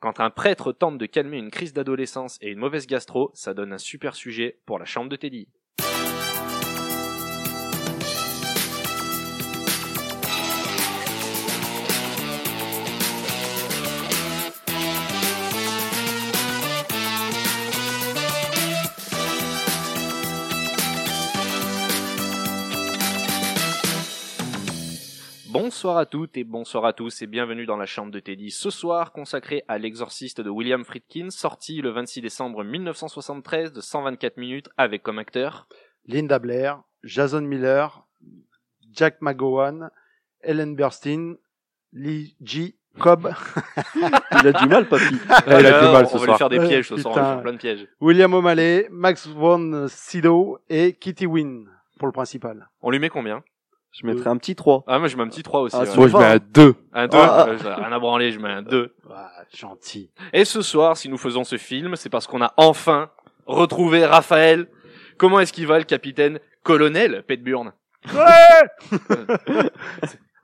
Quand un prêtre tente de calmer une crise d'adolescence et une mauvaise gastro, ça donne un super sujet pour la chambre de Teddy. Bonsoir à toutes et bonsoir à tous et bienvenue dans la chambre de Teddy ce soir consacrée à l'exorciste de William Friedkin sorti le 26 décembre 1973 de 124 minutes avec comme acteur Linda Blair, Jason Miller, Jack McGowan, Ellen Burstyn, Lee G. Cobb, Il a du mal, papy. Ouais, Ah, il a du alors, mal on ce va soir. lui faire des Ouais, pièges ce soir, on va lui putain. faire plein de pièges. William O'Malley, Max von Sydow et Kitty Wynne pour le principal. On lui met combien Je mettrais un petit 3. Ah moi je mets un petit 3 aussi. Ah, ouais. c'est Moi, je mets un 2. Un 2, Ah. rien à branler, je mets un 2. Ah, gentil. Et ce soir, si nous faisons ce film, c'est parce qu'on a enfin retrouvé Raphaël. Comment est-ce qu'il va le capitaine colonel Petburn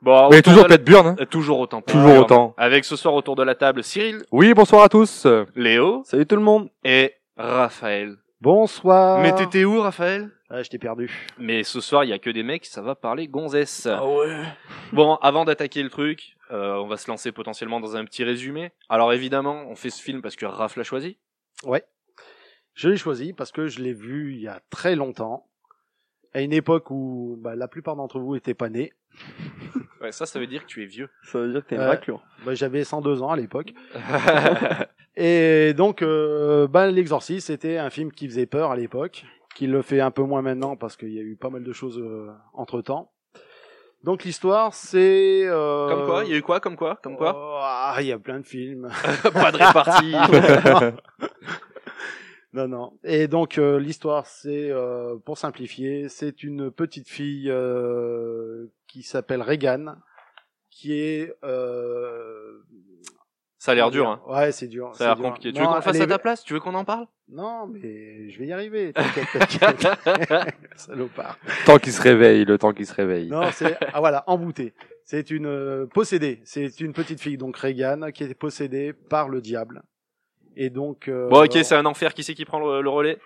Bon, Mais autour toujours de la- Pet Burn. hein. Euh, toujours autant. Ah, Toujours autant. Avec ce soir autour de la table Cyril, Oui, bonsoir à tous. Euh, Léo Salut tout le monde. et Raphaël. Bonsoir. Euh. Mais t'étais où Raphaël Ah, je t'ai perdu. Mais ce soir, il y a que des mecs, ça va parler gonzesse. ouais. Bon, avant d'attaquer le truc, euh, on va se lancer potentiellement dans un petit résumé. Alors évidemment, on fait ce film parce que Raph l'a choisi. Je l'ai choisi parce que je l'ai vu il y a très longtemps, à une époque où bah, la plupart d'entre vous étaient pas nés. Ouais, ça, ça veut dire que tu es vieux. Ça veut dire que t'es Ouais. un raclure. Bah, J'avais 102 ans à l'époque. Et donc, euh, ben, L'Exorciste, c'était un film qui faisait peur à l'époque, qui le fait un peu moins maintenant parce qu'il y a eu pas mal de choses entre temps. Donc l'histoire, c'est. euh, Comme quoi, il y a eu quoi, comme quoi, comme quoi Oh, ah, Il y a plein de films. Pas de répartie. non, non. Et donc euh, l'histoire, c'est, euh, pour simplifier, c'est une petite fille euh, qui s'appelle Regan, qui est. Euh... Ça a l'air dur, hein. Ouais, c'est dur. Ça a l'air c'est dur. compliqué. Tu Non, veux qu'on le elle fasse est- à ta place Tu veux qu'on en parle Non, mais je vais y arriver. T'inquiète, t'inquiète. Salopard. Tant qu'il se réveille, le temps qu'il se réveille. Non, c'est ah voilà, envoûtée. C'est une euh, possédée. C'est une petite fille donc Regan qui est possédée par le diable. Et donc euh, Bon, ok, c'est un enfer. Qui c'est qui prend le, le relais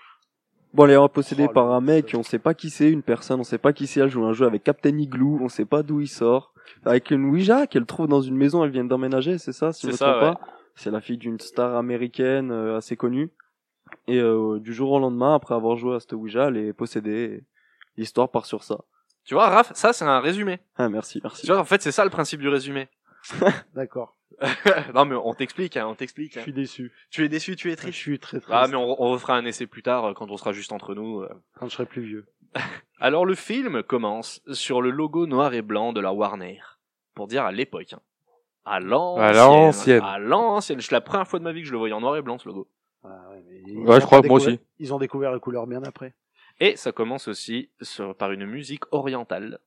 Bon, elle est possédée Oh, par un le- mec, on sait pas qui c'est, une personne, on sait pas qui c'est, elle joue un jeu avec Captain Igloo, on sait pas d'où il sort. Avec une Ouija qu'elle trouve dans une maison, elle vient d'emménager, c'est ça, si C'est je me ça, trompe ouais. pas. C'est la fille d'une star américaine euh, assez connue. Et euh, du jour au lendemain, après avoir joué à cette Ouija, elle est possédée. et L'histoire part sur ça. Tu vois, Raph, ça c'est un résumé. Ah, merci, Tu merci. vois, en fait, c'est ça le principe du résumé. d'accord. non, mais on t'explique, hein, on t'explique. Je hein. suis déçu. Tu es déçu, tu es Je triste. suis très triste Ah, mais on, on refera un essai plus tard euh, quand on sera juste entre nous. euh. quand je serai plus vieux. Alors, le film commence sur le logo noir et blanc de la Warner. Pour dire à l'époque. hein. À l'ancienne. l'ancienne. À l'ancienne. C'est la première fois de ma vie que je le voyais en noir et blanc, ce logo. Ah, ouais, mais ils Ouais, ont je crois que découvert- moi aussi. Ils ont découvert la couleur bien après. Et ça commence aussi sur- par une musique orientale.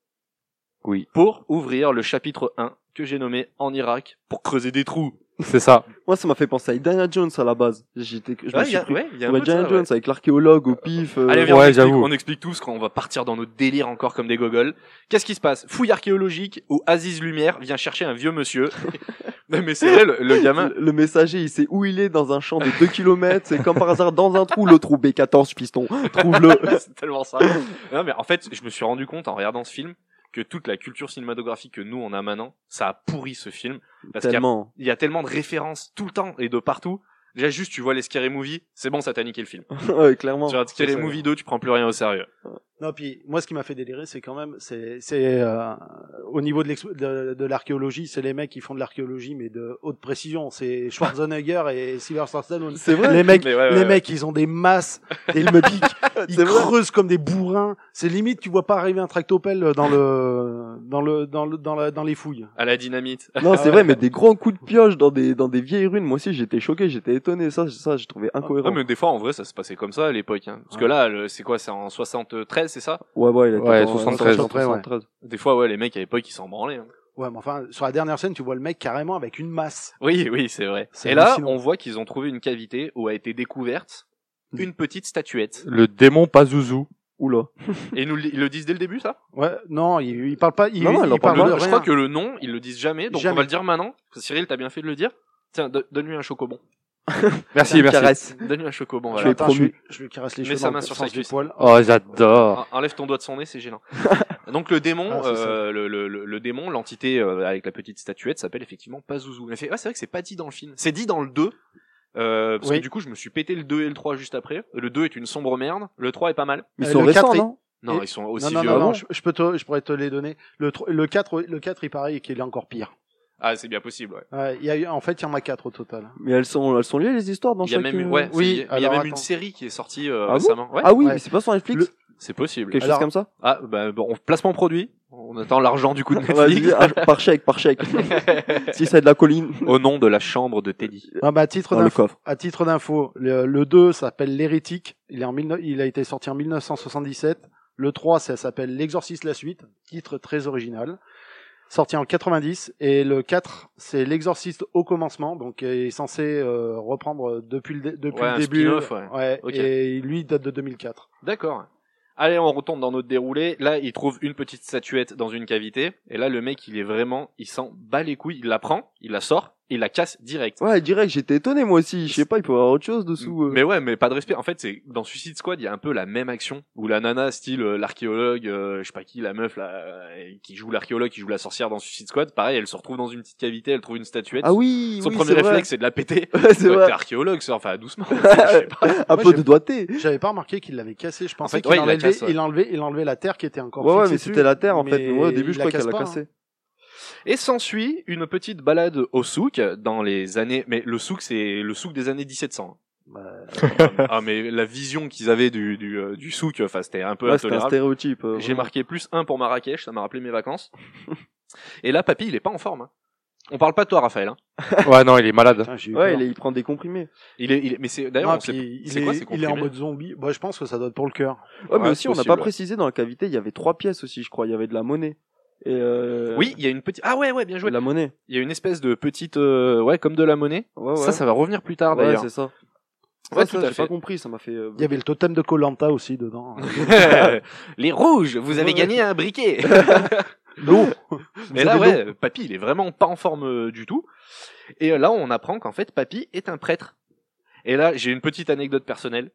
Oui. Pour ouvrir le chapitre 1 que j'ai nommé En Irak pour creuser des trous. C'est ça. Moi, ça m'a fait penser à Indiana Jones à la base. J'étais, je me Ouais, suis y a- pris- ouais, y a un Ouais, peu de ça, Indiana ouais. Jones avec l'archéologue au pif. euh, Allez, viens, on, ouais, explique, j'avoue. on explique tout, parce qu'on va partir dans nos délires encore comme des gogoles. Qu'est-ce qui se passe Fouille archéologique où Aziz Lumière vient chercher un vieux monsieur. Non, mais c'est vrai, le, le gamin. Le, le messager, il sait où il est dans un champ de 2 km. C'est comme par hasard dans un trou, le trou B14 piston. Trouve-le. c'est tellement ça. Non, mais en fait, je me suis rendu compte en regardant ce film que toute la culture cinématographique que nous on a maintenant, ça a pourri ce film. Parce qu'il y a Tellement. il y a tellement de références tout le temps et de partout. Déjà, juste, tu vois les Scary Movie, c'est bon, ça t'a niqué le film. ouais, clairement. tu vois Scary ça. Movie 2, tu prends plus rien au sérieux. Non, puis moi, ce qui m'a fait délirer, c'est quand même, c'est, c'est euh, au niveau de, l'expo- de, de l'archéologie, c'est les mecs qui font de l'archéologie, mais de haute précision. C'est Schwarzenegger et Sylvester Stallone. C'est vrai. Les mecs, Mais euh, ouais, ouais, les ouais. mecs, ils ont des masses, des me piquent, ils C'est vrai. creusent comme des bourrins. C'est limite, tu vois pas arriver un tractopelle dans le, dans le, dans le, dans, la, dans les fouilles. À la dynamite. Non, Ah ouais. c'est vrai, mais des grands coups de pioche dans des, dans des vieilles ruines. Moi aussi, j'étais choqué, j'étais étonné. Ça, ça, j'ai trouvé Ah, Ouais, incohérent. mais des fois, en vrai, ça se passait comme ça à l'époque. hein. Parce que là, le- c'est quoi, c'est en 73, c'est ça Ouais, ouais, il était Ouais, dans- 73. 73, ouais. Des fois, ouais, les mecs à l'époque, ils s'en branlaient. hein. Ouais, mais enfin, sur la dernière scène, tu vois le mec carrément avec une masse. Oui, oui, c'est vrai. C'est Et là, hallucinant. on voit qu'ils ont trouvé une cavité où a été découverte une petite statuette. Le démon Pazuzu. Oula. Et ils nous le- ils le disent dès le début, ça Ouais, non, il, il parle pas, il, Non, non, elle il en parle parle de Le- Je rien. crois que le nom, ils le disent jamais, donc on Jamais. va le dire maintenant. Cyril, t'as bien fait de le dire. Tiens, do- donne-lui un chocobon. Merci, merci. Caresse. Donne-lui un chocobon, Je voilà. lui ai Attends, je promu. lui- Je lui caresse les Mets cheveux sa dans main le sur sens sa du cuisse. poil. Oh, j'adore. En- Enlève ton doigt de son nez, c'est gênant. Donc le démon, Ah, c'est ça. euh, le, le- le- le démon, l'entité euh, avec la petite statuette s'appelle effectivement Pazuzu. Mais fait, ouais, c'est vrai que c'est pas dit dans le film. C'est dit dans le 2. Euh, parce Oui. que du coup, je me suis pété le 2 et le 3 juste après. Le 2 est une sombre merde. Le 3 est pas mal. Ils Euh, sont le quatre récents, est- non Non, Et- ils sont aussi non, non, vieux. non, Ah non, bon je, je peux te- je pourrais te les donner. Le, tro- le 4, le 4, il paraît qu'il est encore pire. Ah, c'est bien possible. ouais. Ouais, il y a eu- en fait, il y en a 4 au total. Mais elles sont, elles sont liées les histoires dans Il y a chaque. même, euh, ouais, oui, oui, il y a alors, même une attends. série qui est sortie euh, Ah bon récemment. ouais, Ah oui, Ouais. mais c'est pas sur Netflix. c'est possible. Quelque Alors- chose comme ça. Ah, bah, bon, placement produit. On attend l'argent du coup de Vas-y, Netflix. ah, par chèque, par chèque. si c'est de la colline, Au nom de la chambre de Teddy. Ah, bah, à titre dans le d'info, coffre. à titre d'info, le, le 2 s'appelle L'Hérétique. Il, est en 19 il a été sorti en 1977. Le 3, ça s'appelle L'Exorciste la suite. Titre très original. Sorti en 90. Et le 4, c'est L'Exorciste au commencement. Donc, il est censé euh, reprendre depuis le, dé- depuis Ouais, le un début. spin-off, ouais. Ok. Et lui, il date de 2004. D'accord. Allez, on retourne dans notre déroulé. Là, il trouve une petite statuette dans une cavité. Et là, le mec, il est vraiment, il s'en bat les couilles. Il la prend, il la sort, il la casse direct. Ouais, direct, j'étais étonné moi aussi. Je sais pas, il peut y avoir autre chose dessous. euh. Mais ouais, mais pas de respect. En fait, c'est dans Suicide Squad, il y a un peu la même action où la nana, style euh, l'archéologue, euh, je sais pas qui, la meuf là, euh, qui joue l'archéologue, qui joue la sorcière dans Suicide Squad. Pareil, elle se retrouve dans une petite cavité, elle trouve une statuette. Ah oui, Son oui, premier c'est vrai. réflexe, c'est de la péter. Ouais, c'est Ouais, vrai. T'es archéologue, ça, enfin doucement. je sais pas. Un Moi, peu j'ai- de doigté. J'avais pas remarqué qu'il l'avait cassé. Je pensais fait, qu'il ouais, il la enlevait, casse, ouais. il enlevait, il enlevait la terre qui était encore. Ouais, ouais, fixée mais dessus. c'était la terre en fait. Mais Mais ouais, au début, il je la crois qu'elle l'a casse pas, hein. cassé. Et s'ensuit une petite balade au souk dans les années. Mais le souk, c'est le souk des années 1700. Bah, ah mais la vision qu'ils avaient du du, euh, du souk, enfin c'était un peu Ouais, c'était un Bah, intolérable. stéréotype. euh, J'ai marqué plus un pour Marrakech, ça m'a rappelé mes vacances. Et là, papy, il est pas en forme. hein. On parle pas de toi, Raphaël. hein. Ouais, non, il est malade. putain, j'ai eu vraiment. Ouais, peur. il, est- il prend des comprimés. Il est, il est- mais c'est d'ailleurs, Non, on sait- puis il c'est quoi est- ces il est en comprimés mode zombie. Bah, je pense que ça doit être pour le cœur. Ouais, mais Ouais, aussi, c'est on n'a possible, pas ouais. précisé dans la cavité, il y avait trois pièces aussi, je crois. Il y avait de la monnaie. Et euh, oui, il y a une petite. Ah ouais, ouais, bien de joué. la monnaie. Il y a une espèce de petite, euh, ouais, comme de la monnaie. Ouais, ouais. Ça, ça va revenir plus tard ouais, d'ailleurs. c'est ça. Ouais, Ouais, tout ça, à j'ai fait. pas compris, ça m'a fait. euh, Il y avait le totem de Colanta aussi dedans. les rouges, vous avez Ouais, gagné un briquet. L'eau. Mais là, ouais, Papy, il est vraiment pas en forme euh, du tout. Et euh, là, on apprend qu'en fait, Papy est un prêtre. Et là, j'ai une petite anecdote personnelle.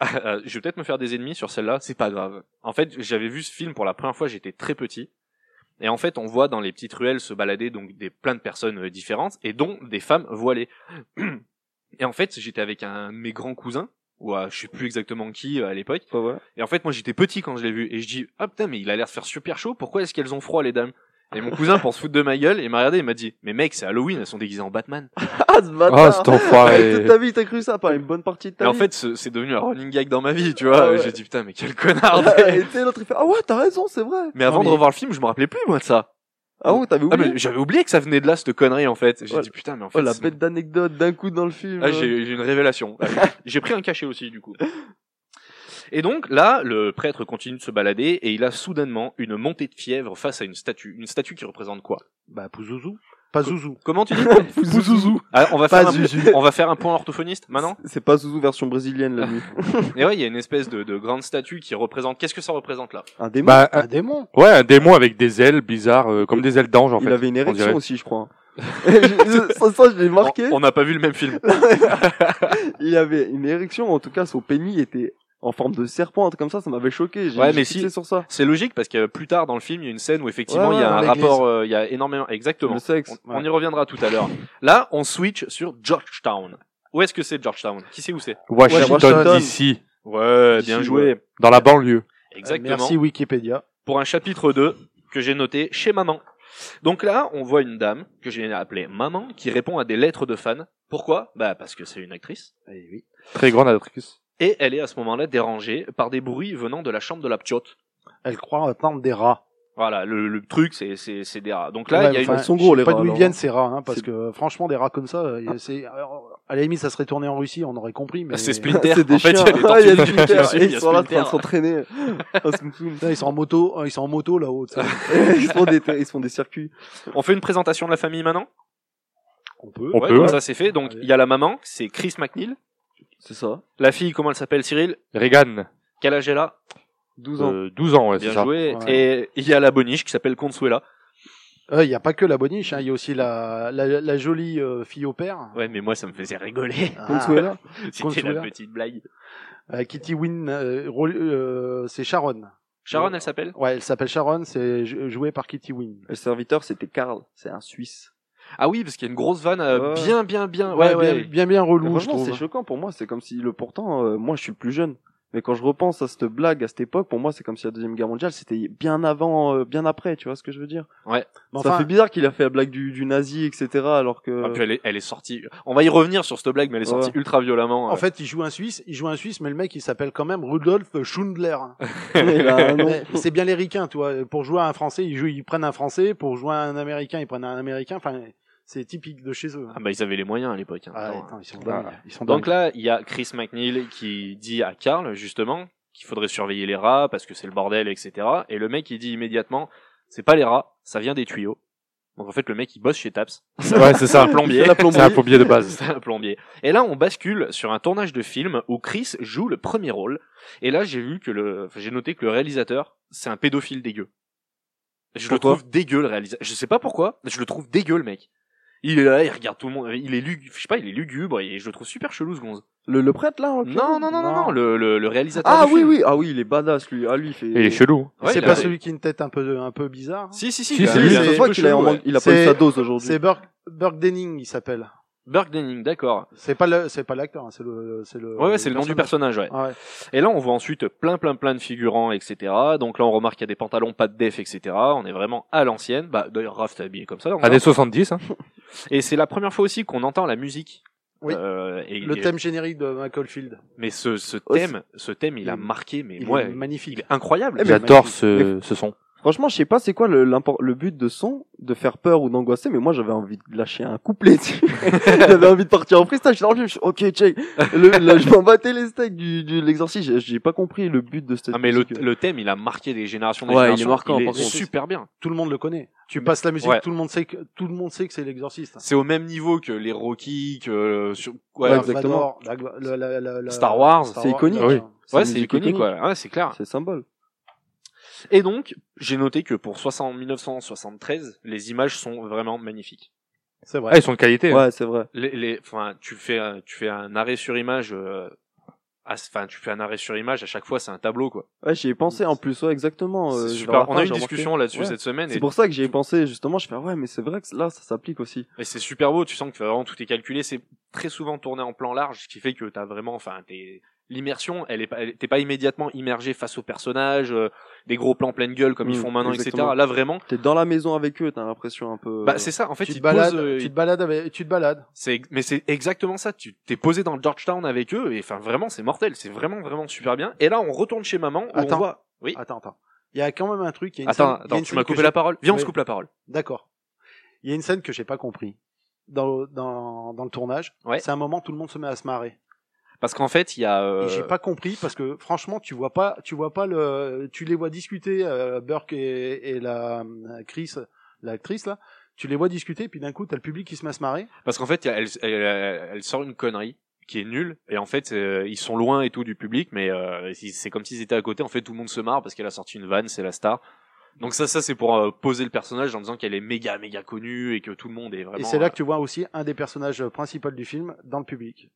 Euh, je vais peut-être me faire des ennemis sur celle-là, c'est pas grave. En fait, j'avais vu ce film pour la première fois, j'étais très petit. Et en fait, on voit dans les petites ruelles se balader donc des plein de personnes euh, différentes et dont des femmes voilées. Et en fait, j'étais avec un de mes grands cousins ou euh, je sais plus exactement qui euh, à l'époque. Ouais, ouais. Et en fait, moi, j'étais petit quand je l'ai vu. Et je dis, ah putain, mais il a l'air de faire super chaud. Pourquoi est-ce qu'elles ont froid, les dames Et mon cousin, pour se foutre de ma gueule, il m'a regardé et m'a dit, mais mec, c'est Halloween, elles sont déguisées en Batman. Ah, ce Oh, cet bâtard enfoiré. Toute ta vie, t'as cru ça pendant une bonne partie de ta Et en vie. fait, ce- c'est devenu un running gag dans ma vie, tu vois. Ah ouais. J'ai dit, putain, mais quel connard. et tu sais, l'autre, il fait Ah ouais, t'as raison, c'est vrai. mais avant Non, mais- de revoir le film, je me rappelais plus, moi, de ça. Ah ouais, t'avais Ah, oublié. mais j'avais oublié que ça venait de là, cette connerie, en fait. J'ai Oh, dit, putain, mais en fait. Oh, la c'est- bête d'anecdote d'un coup dans le film. Ah, j'ai j'ai une révélation. Ah j'ai pris un cachet aussi, du coup. Et donc là, le prêtre continue de se balader et il a soudainement une montée de fièvre face à une statue. Une statue qui représente quoi Bah, Pouzouzou. Pas Zouzou. Comment tu dis Pouzouzou. Ah, on va Pas faire un, on va faire un point orthophoniste maintenant. C'est pas Zouzou version brésilienne, la nuit. Et ouais, il y a une espèce de, de grande statue qui représente. Qu'est-ce que ça représente là Un démon. Bah, Ah, Un démon. un- ouais, un démon avec des ailes bizarres, euh, comme des ailes d'ange, en il fait. avait une on dirait. érection aussi, je crois. Je- ça, ça, je l'ai marqué. On on n'a pas vu le même film. Il avait une érection, en tout cas, son pénis était en forme de serpent, un truc comme ça, ça m'avait choqué. J'ai Ouais, j'ai mais fixé si. sur ça. C'est logique parce que euh, plus tard dans le film, il y a une scène où effectivement Ouais, il y a ouais, un dans l'église. rapport, euh, il y a énormément. Exactement. Le sexe. On, on y reviendra tout à l'heure. Là, on switch sur Georgetown. Où est-ce que c'est Georgetown Qui sait où c'est Washington, Washington. d'ici, Ouais, Ici, ouais. dans la banlieue. Exactement. Euh, Merci Wikipédia. pour un chapitre 2 que j'ai noté chez maman. Donc là, on voit une dame que j'ai appelée maman qui répond à des lettres de fans. Pourquoi Bah parce que c'est une actrice. Eh oui. Très grande actrice. Et elle est à ce moment-là dérangée par des bruits venant de la chambre de la ptiote. Elle croit entendre des rats. Voilà, le, le truc, c'est, c'est, c'est des rats. Donc là, Ouais, il y a enfin, une... ils sont je gros, sais les pas rats, d'où ils alors. viennent ces rats, hein, parce C'est- que franchement, des rats comme ça, euh, c'est. alors, À la limite, ça serait tourné en Russie, on aurait compris. Mais Ah, C'est Splinter. C'est des en fait, chiens. il y a des Ah, tortues ninja qui Splinter. le suivent, Et il y a Ils sont là en train de Splinter. s'entraîner. Ah, c'est fou. Putain, ils sont en moto, euh, ils sont en moto là-haut. tu sais. Ils se font des, ils se font des circuits. On fait une présentation de la famille maintenant On peut. On Ouais, peut. comme ça c'est fait. Donc Allez. il y a la maman, c'est Chris McNeil. C'est ça. La fille, comment elle s'appelle Cyril Reagan, Quel âge elle a 12 ans. euh, 12 ans, ouais, c'est Bien ça. joué. Ouais. Et il y a la boniche qui s'appelle Consuela. Euh, Il n'y a pas que la boniche, hein, il y a aussi la, la, la jolie euh, fille au père. Ouais, mais moi, ça me faisait rigoler. Ah, Consuela C'était Consuela. la petite blague. euh, Kitty Wynne, euh, rôle- euh, c'est Sharon. Sharon, elle s'appelle Ouais, elle s'appelle Sharon, c'est jou- joué par Kitty Wynne. Le serviteur, c'était Karl. C'est un Suisse. Ah oui, parce qu'il y a une grosse vanne euh, Ouais. bien, bien, bien. Ouais, ouais. Bien, bien, bien relou, je Franchement, c'est trouve. choquant pour moi. C'est comme si, le pourtant, euh, moi, je suis plus jeune. Mais quand je repense à cette blague à cette époque, pour moi, c'est comme si la deuxième guerre mondiale, c'était bien avant, euh, bien après. Tu vois ce que je veux dire Mais Ça enfin, fait bizarre qu'il a fait la blague du, du nazi, etc. Alors que. Ah, puis elle est, elle est sortie. On va y revenir sur cette blague, mais elle est sortie euh. ultra violemment. en fait, il joue un Suisse, il joue un Suisse, mais le mec, il s'appelle quand même Rudolf Schundler. Il a un nom. Mais c'est bien les ricains, tu vois. Pour jouer à un Français, ils, jouent, ils prennent un Français. Pour jouer à un Américain, ils prennent un Américain. Enfin, c'est typique de chez eux. Ah bah ils avaient les moyens à l'époque. hein. Ah, Attends, attends, ils sont Ah. dingues. Ils sont Donc dingues. là, il y a Chris McNeil qui dit à Carl, justement, qu'il faudrait surveiller les rats parce que c'est le bordel, etc. Et le mec, il dit immédiatement, c'est pas les rats, ça vient des tuyaux. Donc en fait, le mec, il bosse chez Taps. Ouais, c'est ça. Un plombier. C'est un plombier de base. C'est un plombier. Et là, on bascule sur un tournage de film où Chris joue le premier rôle. Et là, j'ai vu que le, enfin, j'ai noté que le réalisateur, c'est un pédophile dégueu. Je Pourquoi le trouve dégueu, le réalisateur. Je sais pas pourquoi, je le trouve dégueu, le mec. Il est là, il regarde tout le monde, il est lugubre, je sais pas, il est lugubre, et je le trouve super chelou, ce gonze. Le, le prêtre, là en Non, l'occurrence non, non, non, non, le, le, le réalisateur. Ah du oui, film. oui. Ah oui, il est badass, lui. Ah, lui, il fait. Il est chelou. hein. Ouais, c'est il pas a- celui qui a une tête un peu, un peu bizarre. hein. Si, si, si, Si, il a- c'est il lui, a- c'est un toi peu qu'il a chelou, en- ouais. il a pas eu C'est- sa dose aujourd'hui. C'est Burke, Burke Denning, il s'appelle. Burke Denning, d'accord. C'est pas le, c'est pas l'acteur, hein, c'est le, c'est le. Ouais, ouais, c'est le nom du personnage, ouais. Ouais. Et là, on voit ensuite plein, plein, plein de figurants, etc. Donc là, on remarque qu'il y a des pantalons pas de def, etc. On est vraiment à l'ancienne. Bah, d'ailleurs, Raph t'es habillé comme ça. encore. Années 70, Eh hein. Et c'est la première fois aussi qu'on entend la musique. Oui. Euh, et- Le et- thème générique de Michael Field. Mais ce, ce Oh, thème, ce thème, il a il- marqué, mais Il ouais, est il magnifique. est incroyable. Eh, mais- J'adore ce, ce son. Franchement, je sais pas c'est quoi le, l'impor- le but de son, de faire peur ou d'angoisser, mais moi j'avais envie de lâcher un couplet. tu sais. j'avais envie de partir en freestyle. Je suis dans le film, je suis, ok, check. Le, là, je m'en battais les steaks du, du l'exorciste. J'ai, j'ai pas compris le but de cette. Ah, mais le, musique. le thème, il a marqué des générations. Des Ouais, il est générations. marquant, Il est par contre. super bien. Tout le monde le connaît. Tu Mais- passes la musique, ouais. tout le monde sait que, tout le monde sait que c'est l'exorciste. C'est au même niveau que les Rocky, que euh, sur- ouais, Dark ouais, exactement. Vador, la- la- la- la- la- Star Wars, Star c'est iconique. ouais. Oui. c'est, une musique iconique, ouais. Ouais, c'est clair. C'est symbole. Et donc, j'ai noté que pour 60 1973, les images sont vraiment magnifiques. C'est vrai. Ah, ils sont de qualité. hein. Ouais, c'est vrai. les, les- enfin, tu fais, un- tu fais un arrêt sur image, euh, à- enfin, tu fais un arrêt sur image, à chaque fois, c'est un tableau, quoi. Ouais, j'y ai pensé en plus. Ouais, exactement. euh, C'est je- super. enfin, On a eu j'ai une remarqué. discussion là-dessus Ouais. cette semaine, C'est et, pour ça que j'y ai pensé justement. Je fais ouais, mais c'est vrai que là ça s'applique aussi. et c'est super beau, tu sens que vraiment tout est calculé, c'est très souvent tourné en plan large, ce qui fait que t'as vraiment, enfin, t'es, l'immersion, elle est pas, elle- t'es pas immédiatement immergé face au personnage, euh, des gros plans pleine gueule comme ils Mm, font maintenant, exactement. Euh, etc. Là, vraiment, T'es dans la maison avec eux, t'as l'impression un peu. bah, c'est ça, en fait, tu te ils te posent, balades, euh, tu te balades avec, tu te balades. C'est mais c'est exactement ça. Tu t'es posé dans le Georgetown avec eux et enfin vraiment c'est mortel. C'est vraiment vraiment super bien. Et là on retourne chez maman. Où on Attends. voit. Oui. Attends, attends. Il y a quand même un truc. Il y a une Attends scène- il y a attends une tu scène m'as que coupé j'ai- la parole. Viens on Oui. se coupe la parole. D'accord. Il y a une scène que j'ai pas compris dans dans dans le tournage. Ouais. C'est un moment tout le monde se met à se marrer. Parce qu'en fait il y a. euh, Et j'ai pas compris parce que franchement tu vois pas tu vois pas le tu les vois discuter euh, Burke et, et la euh, Chris l'actrice là. Tu les vois discuter, puis d'un coup, t'as le public qui se met à se marrer. Parce qu'en fait il y a- elle, elle elle sort une connerie qui est nulle et en fait euh, ils sont loin et tout du public mais euh, ils- c'est comme s'ils étaient à côté. En fait tout le monde se marre parce qu'elle a sorti une vanne. C'est la star. Donc ça ça c'est pour euh, poser le personnage en disant qu'elle est méga méga connue et que tout le monde est vraiment. euh, et c'est là que tu vois aussi un des personnages euh, principaux du film dans le public.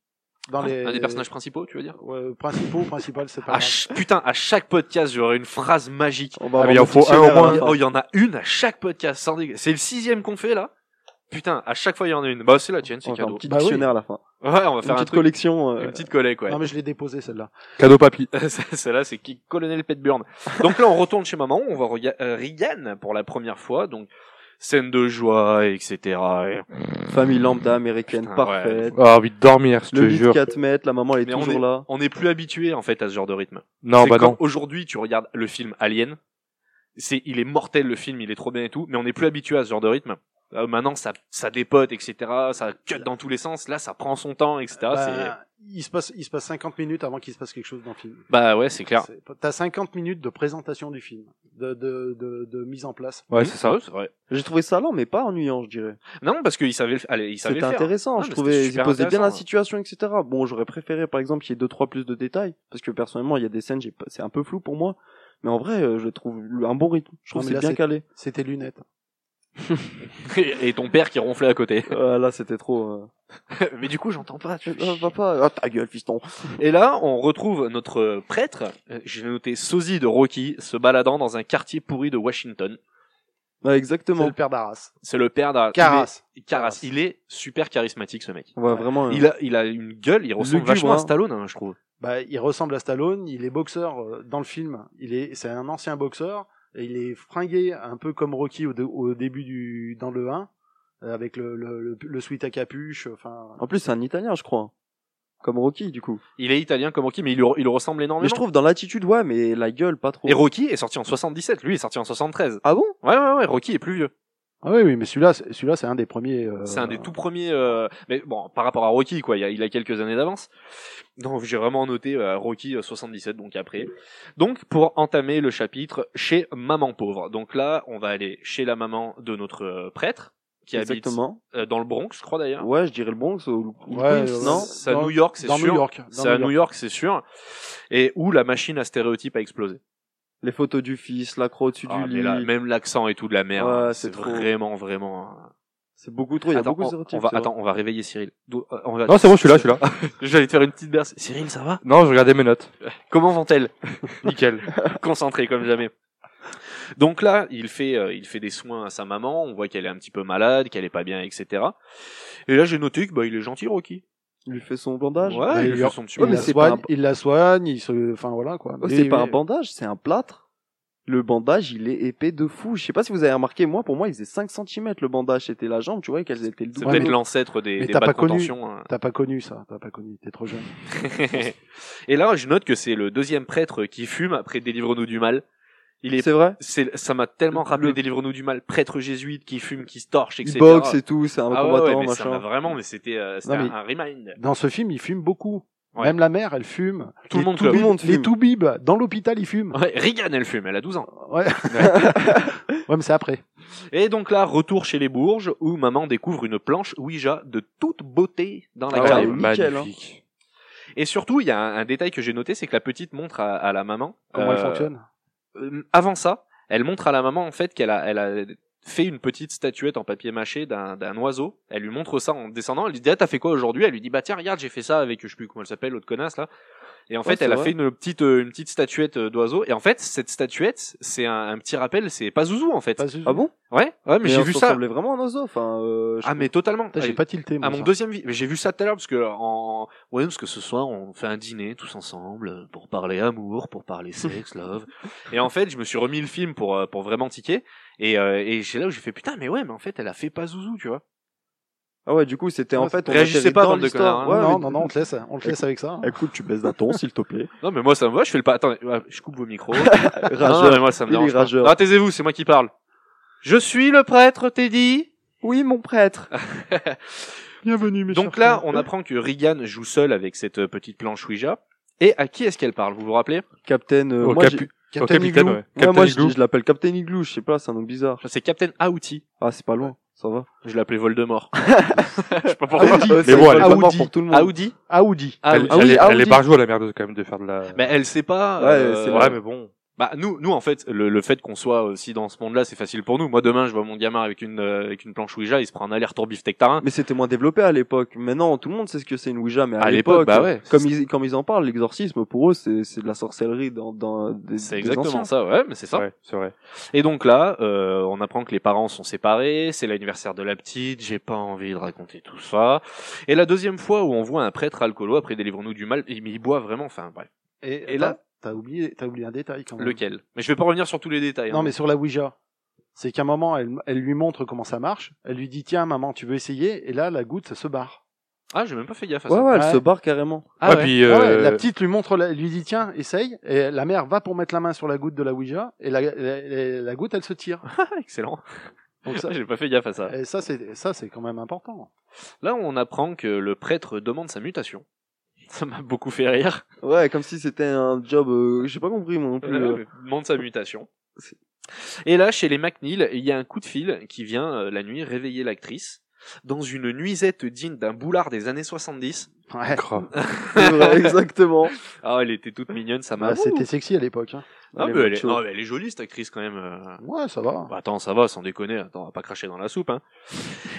Dans les... Ah, un des personnages Ah, principaux tu veux dire. Ouais, euh, principaux, principal, c'est pas À grave. ch- putain, à chaque podcast, j'aurai une phrase magique. On va Ah, avoir mais il en notre faut un au dictionnaire à la moins. fin. Oh, il y en a une à chaque podcast, sans dégue- C'est le sixième qu'on fait, là? Putain, à chaque fois, il y en a une. Bah, c'est la tienne, c'est On va faire un cadeau. petit Bah oui. dictionnaire à la fin. Ouais, on va Une faire un petite truc. collection. euh, Une petite collecte, ouais. Non mais je l'ai déposé celle-là. Cadeau papy. Celle-là, c'est qui Colonel Petburn. Donc là, on retourne chez maman, on voit Riga- euh, Regan pour la première fois, donc scène de joie, etc. Et- Famille lambda américaine Mmh. Putain, parfaite. Ah, envie de dormir, je Le te lit de jure. 4 mètres, la maman elle est Mais on toujours là. On n'est plus habitué, en fait, à ce genre de rythme. Non, C'est bah comme non. Aujourd'hui, tu regardes le film Alien. C'est, il est mortel le film, il est trop bien et tout, mais on n'est plus habitué à ce genre de rythme. Euh, maintenant, ça, ça dépote, etc. Ça cut dans tous les sens. Là, ça prend son temps, etc. Ah, c'est... Bah, il se passe il se passe 50 minutes avant qu'il se passe quelque chose dans le film. bah ouais, c'est clair. C'est- T'as 50 minutes de présentation du film, de de de, de mise en place. Ouais, Mmh, c'est ça. ouais, vrai. J'ai trouvé ça lent, mais pas ennuyant, je dirais. Non, parce qu'il savait, le... allez, il savait C'était le faire. intéressant, Ah, je mais trouvais, c'était ils super posaient bien la intéressant, hein. situation, etc. Bon, j'aurais préféré, par exemple, qu'il y ait deux, trois plus de détails, parce que personnellement, il y a des scènes, j'ai pas- c'est un peu flou pour moi. Mais en vrai, euh, je trouve un bon rythme. Je Non, trouve que mais c'est là, bien c'est- calé. C'était lunettes. hein. et, et ton père qui ronflait à côté. Ah, là, c'était trop. euh, Mais du coup, j'entends pas. tu fais Ah, chier. papa, ah, ta gueule, fiston. Et là, on retrouve notre euh, prêtre, euh, j'ai noté sosie de Rocky, se baladant dans un quartier pourri de Washington. Ah, C'est exactement. le père d'Arras. C'est le père d'un Caras. Il est- Caras. Il est super charismatique, ce mec. Ouais, vraiment. euh, Il a, il a une gueule, il ressemble Lugubre, vachement à hein. Stallone, hein, je trouve. Bah, il ressemble à Stallone, il est boxeur euh, dans le film. Il est, c'est un ancien boxeur et il est fringué un peu comme Rocky au, dé- au début du dans le 1 euh, avec le le, le, le sweat à capuche. Enfin, En plus, c'est un Italien, je crois. Comme Rocky, du coup. Il est italien comme Rocky, mais il, lui- il lui ressemble énormément. Mais je trouve dans l'attitude, ouais, mais la gueule, pas trop. Et Rocky est sorti en 77, lui est sorti en 73. Ah bon Ouais, ouais, ouais, Rocky est plus vieux. ah oui, oui, mais celui-là, c'est- celui-là, c'est un des premiers. euh, C'est un des tout premiers. euh, Mais bon, par rapport à Rocky, quoi, il y a, il a quelques années d'avance. Donc j'ai vraiment noté euh, Rocky euh, 77, donc après. Donc pour entamer le chapitre chez Maman Pauvre. Donc là, on va aller chez la maman de notre euh, prêtre qui Exactement. habite euh, dans le Bronx, je crois d'ailleurs. Ouais, je dirais le Bronx ou le Ouais, Queens, ouais, non ouais. C'est à Dans- New York, c'est dans sûr. New York. dans C'est à New York, c'est sûr. Et où la machine à stéréotypes a explosé. Les photos du fils, la croix au-dessus Ah, du mais lit. là, même l'accent et tout de la merde. Ouais, hein, c'est c'est trop. vraiment, vraiment. hein. C'est beaucoup trop, il y a Attends, beaucoup de on, on stéréotypes, va, c'est vrai. attends, on va réveiller Cyril. Do- euh, on va- Non, c'est bon, je suis là, je suis là. J'allais te faire une petite berce. Cyril, ça va Non, je regardais mes notes. Comment vont-elles Nickel. Concentré comme jamais. Donc là, il fait, euh, il fait des soins à sa maman. On voit qu'elle est un petit peu malade, qu'elle est pas bien, etc. Et là, j'ai noté que bah il est gentil, Rocky. Il lui fait son Ah, bandage. Ouais, il il fait a- son petit Il, Ouais, mais la moment. c'est soigne, pas un- il la soigne, il se, enfin voilà quoi. Oh, Mais- c'est pas un mais- bandage, c'est un plâtre. Le bandage, il est épais de fou. Je sais pas si vous avez remarqué, moi, pour moi, il faisait 5 cm le bandage, c'était la jambe, tu vois, et qu'elles étaient le C'est double. peut-être l'ancêtre des, Mais des t'as bas de pas connu. contention. hein. T'as pas connu ça, t'as pas connu, t'es trop jeune. Et là, je note que c'est le deuxième prêtre qui fume après Délivre-nous du mal. Il est, C'est vrai c'est, ça m'a tellement Le- rappelé le- Délivre-nous du mal, prêtre jésuite qui fume, qui se torche, etc. Il boxe et tout, c'est un ah ouais, ouais, combattant, mais ça m'a machin. vraiment, mais c'était, euh, c'était Non, mais- un, un remind. Dans ce film, il fume beaucoup. Ouais. Même la mère, elle fume. Tout le monde toubibs- fume. Tout le monde fume. Les toubibs, dans l'hôpital, ils fument. Ouais, Regan, elle fume, elle a 12 ans. Ouais. ouais, mais c'est après. Et donc là, retour chez les Bourges, où maman découvre une planche Ouija de toute beauté dans la Ah ouais, cave. elle est nickel, magnifique. Et surtout, il y a un, un détail que j'ai noté, c'est que la petite montre à, à la maman. Comment euh, elle fonctionne euh, Avant ça, elle montre à la maman, en fait, qu'elle a, elle a fait une petite statuette en papier mâché d'un d'un oiseau. Elle lui montre ça en descendant. Elle lui dit, ah, t'as fait quoi aujourd'hui Elle lui dit, bah tiens, regarde, j'ai fait ça avec, je sais plus comment elle s'appelle, l'autre connasse, là. Et en Ouais, fait, c'est elle a vrai. fait une petite, euh, une petite statuette euh, d'oiseau. Et en fait, cette statuette, c'est un, un petit rappel, c'est pas Zouzou, en fait. Pas Zuzu. Ah bon Ouais, ouais, mais j'ai on vu se ça. ressemblait vraiment à un oiseau, enfin, euh, je Ah mais totalement. Putain, J'ai J'ai- pas tilté. à Moi, Ah, mon ça. deuxième vie, mais j'ai vu ça tout à l'heure parce que en ouais parce que ce soir on fait un dîner tous ensemble euh, pour parler amour, pour parler sexe, love. Et en fait, je me suis remis le film pour euh, pour vraiment tiquer et euh, et c'est là où j'ai fait putain mais ouais mais en fait elle a fait pas zouzou tu vois. Ah ouais, du coup, c'était en Ouais, fait. on réagissez atterrit pas, dans bande de l'histoire. connards, hein. Ouais, non, mais- non, non, on te laisse, on te laisse avec ça. hein. Écoute, tu baisses d'un ton, s'il te plaît. Non mais moi ça me va, je fais le patin. Je coupe vos micros. non, Rageur. mais moi Ah, ça me Il est dérange. rageur. Non, taisez-vous, c'est moi qui parle. Je suis le prêtre Teddy. Oui, mon prêtre. Bienvenue, monsieur. Donc là, on apprend que Regan joue seul avec cette euh, petite planche Ouija. Et à qui est-ce qu'elle parle Vous vous rappelez Captain. euh, Au moi, capu- j'ai- au Captain capitaine, Igloo. ouais. Ouais, Captain moi, je, Igloo. je l'appelle Captain Igloo, je sais pas, c'est un nom bizarre. C'est Captain Aouti. Ah, c'est pas loin, ça va. Je l'appelais Voldemort. je sais pas Ah, pourquoi. ouais, mais c'est bon, pas elle est le pas mort Audi. pour tout le monde. Audi. Audi. Audi. Elle, ah oui, elle est- elle Audi. est barjou à la merde quand même de faire de la. Mais elle sait pas. Ouais, euh, c'est ouais, vrai. mais bon. Bah nous, nous en fait, le, le fait qu'on soit aussi dans ce monde-là, c'est facile pour nous. Moi demain, je vois mon gamin avec une euh, avec une planche Ouija, il se prend un aller-retour beefsteak tarin. Mais c'était moins développé à l'époque. Maintenant, tout le monde sait ce que c'est une Ouija, mais à, À l'époque, bah ouais. Comme ils, comme ils en parlent, l'exorcisme, pour eux, c'est, c'est de la sorcellerie dans, dans des, C'est des exactement anciens. ça, ouais, mais c'est ça. Ouais, c'est vrai. Et donc là, euh, on apprend que les parents sont séparés, c'est l'anniversaire de la petite, j'ai pas envie de raconter tout ça. Et la deuxième fois où on voit un prêtre alcoolo, après délivrons-nous du mal, il, il boit vraiment, enfin bref. Et, Et là, là- t'as oublié, t'as oublié un détail Mm. quand même. Lequel Mais je vais pas revenir sur tous les détails. Non, hein. mais sur la Ouija, c'est qu'à un moment, elle, elle lui montre comment ça marche. Elle lui dit, tiens, maman, tu veux essayer Et là, la goutte, ça se barre. Ah, j'ai même pas fait gaffe à Ouais, ça. ouais, elle Ouais. se barre carrément. Ah Ouais, ouais. puis, Ah ouais, euh, la petite lui montre, la- elle lui dit, tiens, essaye. Et la mère va pour mettre la main sur la goutte de la Ouija, et la, la- la- la goutte, elle se tire. Ah, excellent. Donc ça, J'ai pas fait gaffe à ça. et ça, c'est, ça, c'est quand même important. Là, on apprend que le prêtre demande sa mutation. Ça m'a beaucoup fait rire. Ouais, comme si c'était un job, euh, j'ai pas compris, moi, non plus. euh. Il demande sa mutation. Et là, chez les McNeil, il y a un coup de fil qui vient euh, la nuit réveiller l'actrice. dans une nuisette digne d'un boulard des années 70. Ouais. Grave. C'est vrai, exactement. Ah, elle était toute mignonne, ça m'a. Bah, c'était sexy à l'époque. Hein. Ah, Les mais elle, est... machos. non, mais elle est jolie cette actrice quand même. euh. Ouais, ça va. Bah, attends, ça va, sans déconner, attends, on va pas cracher dans la soupe. Hein.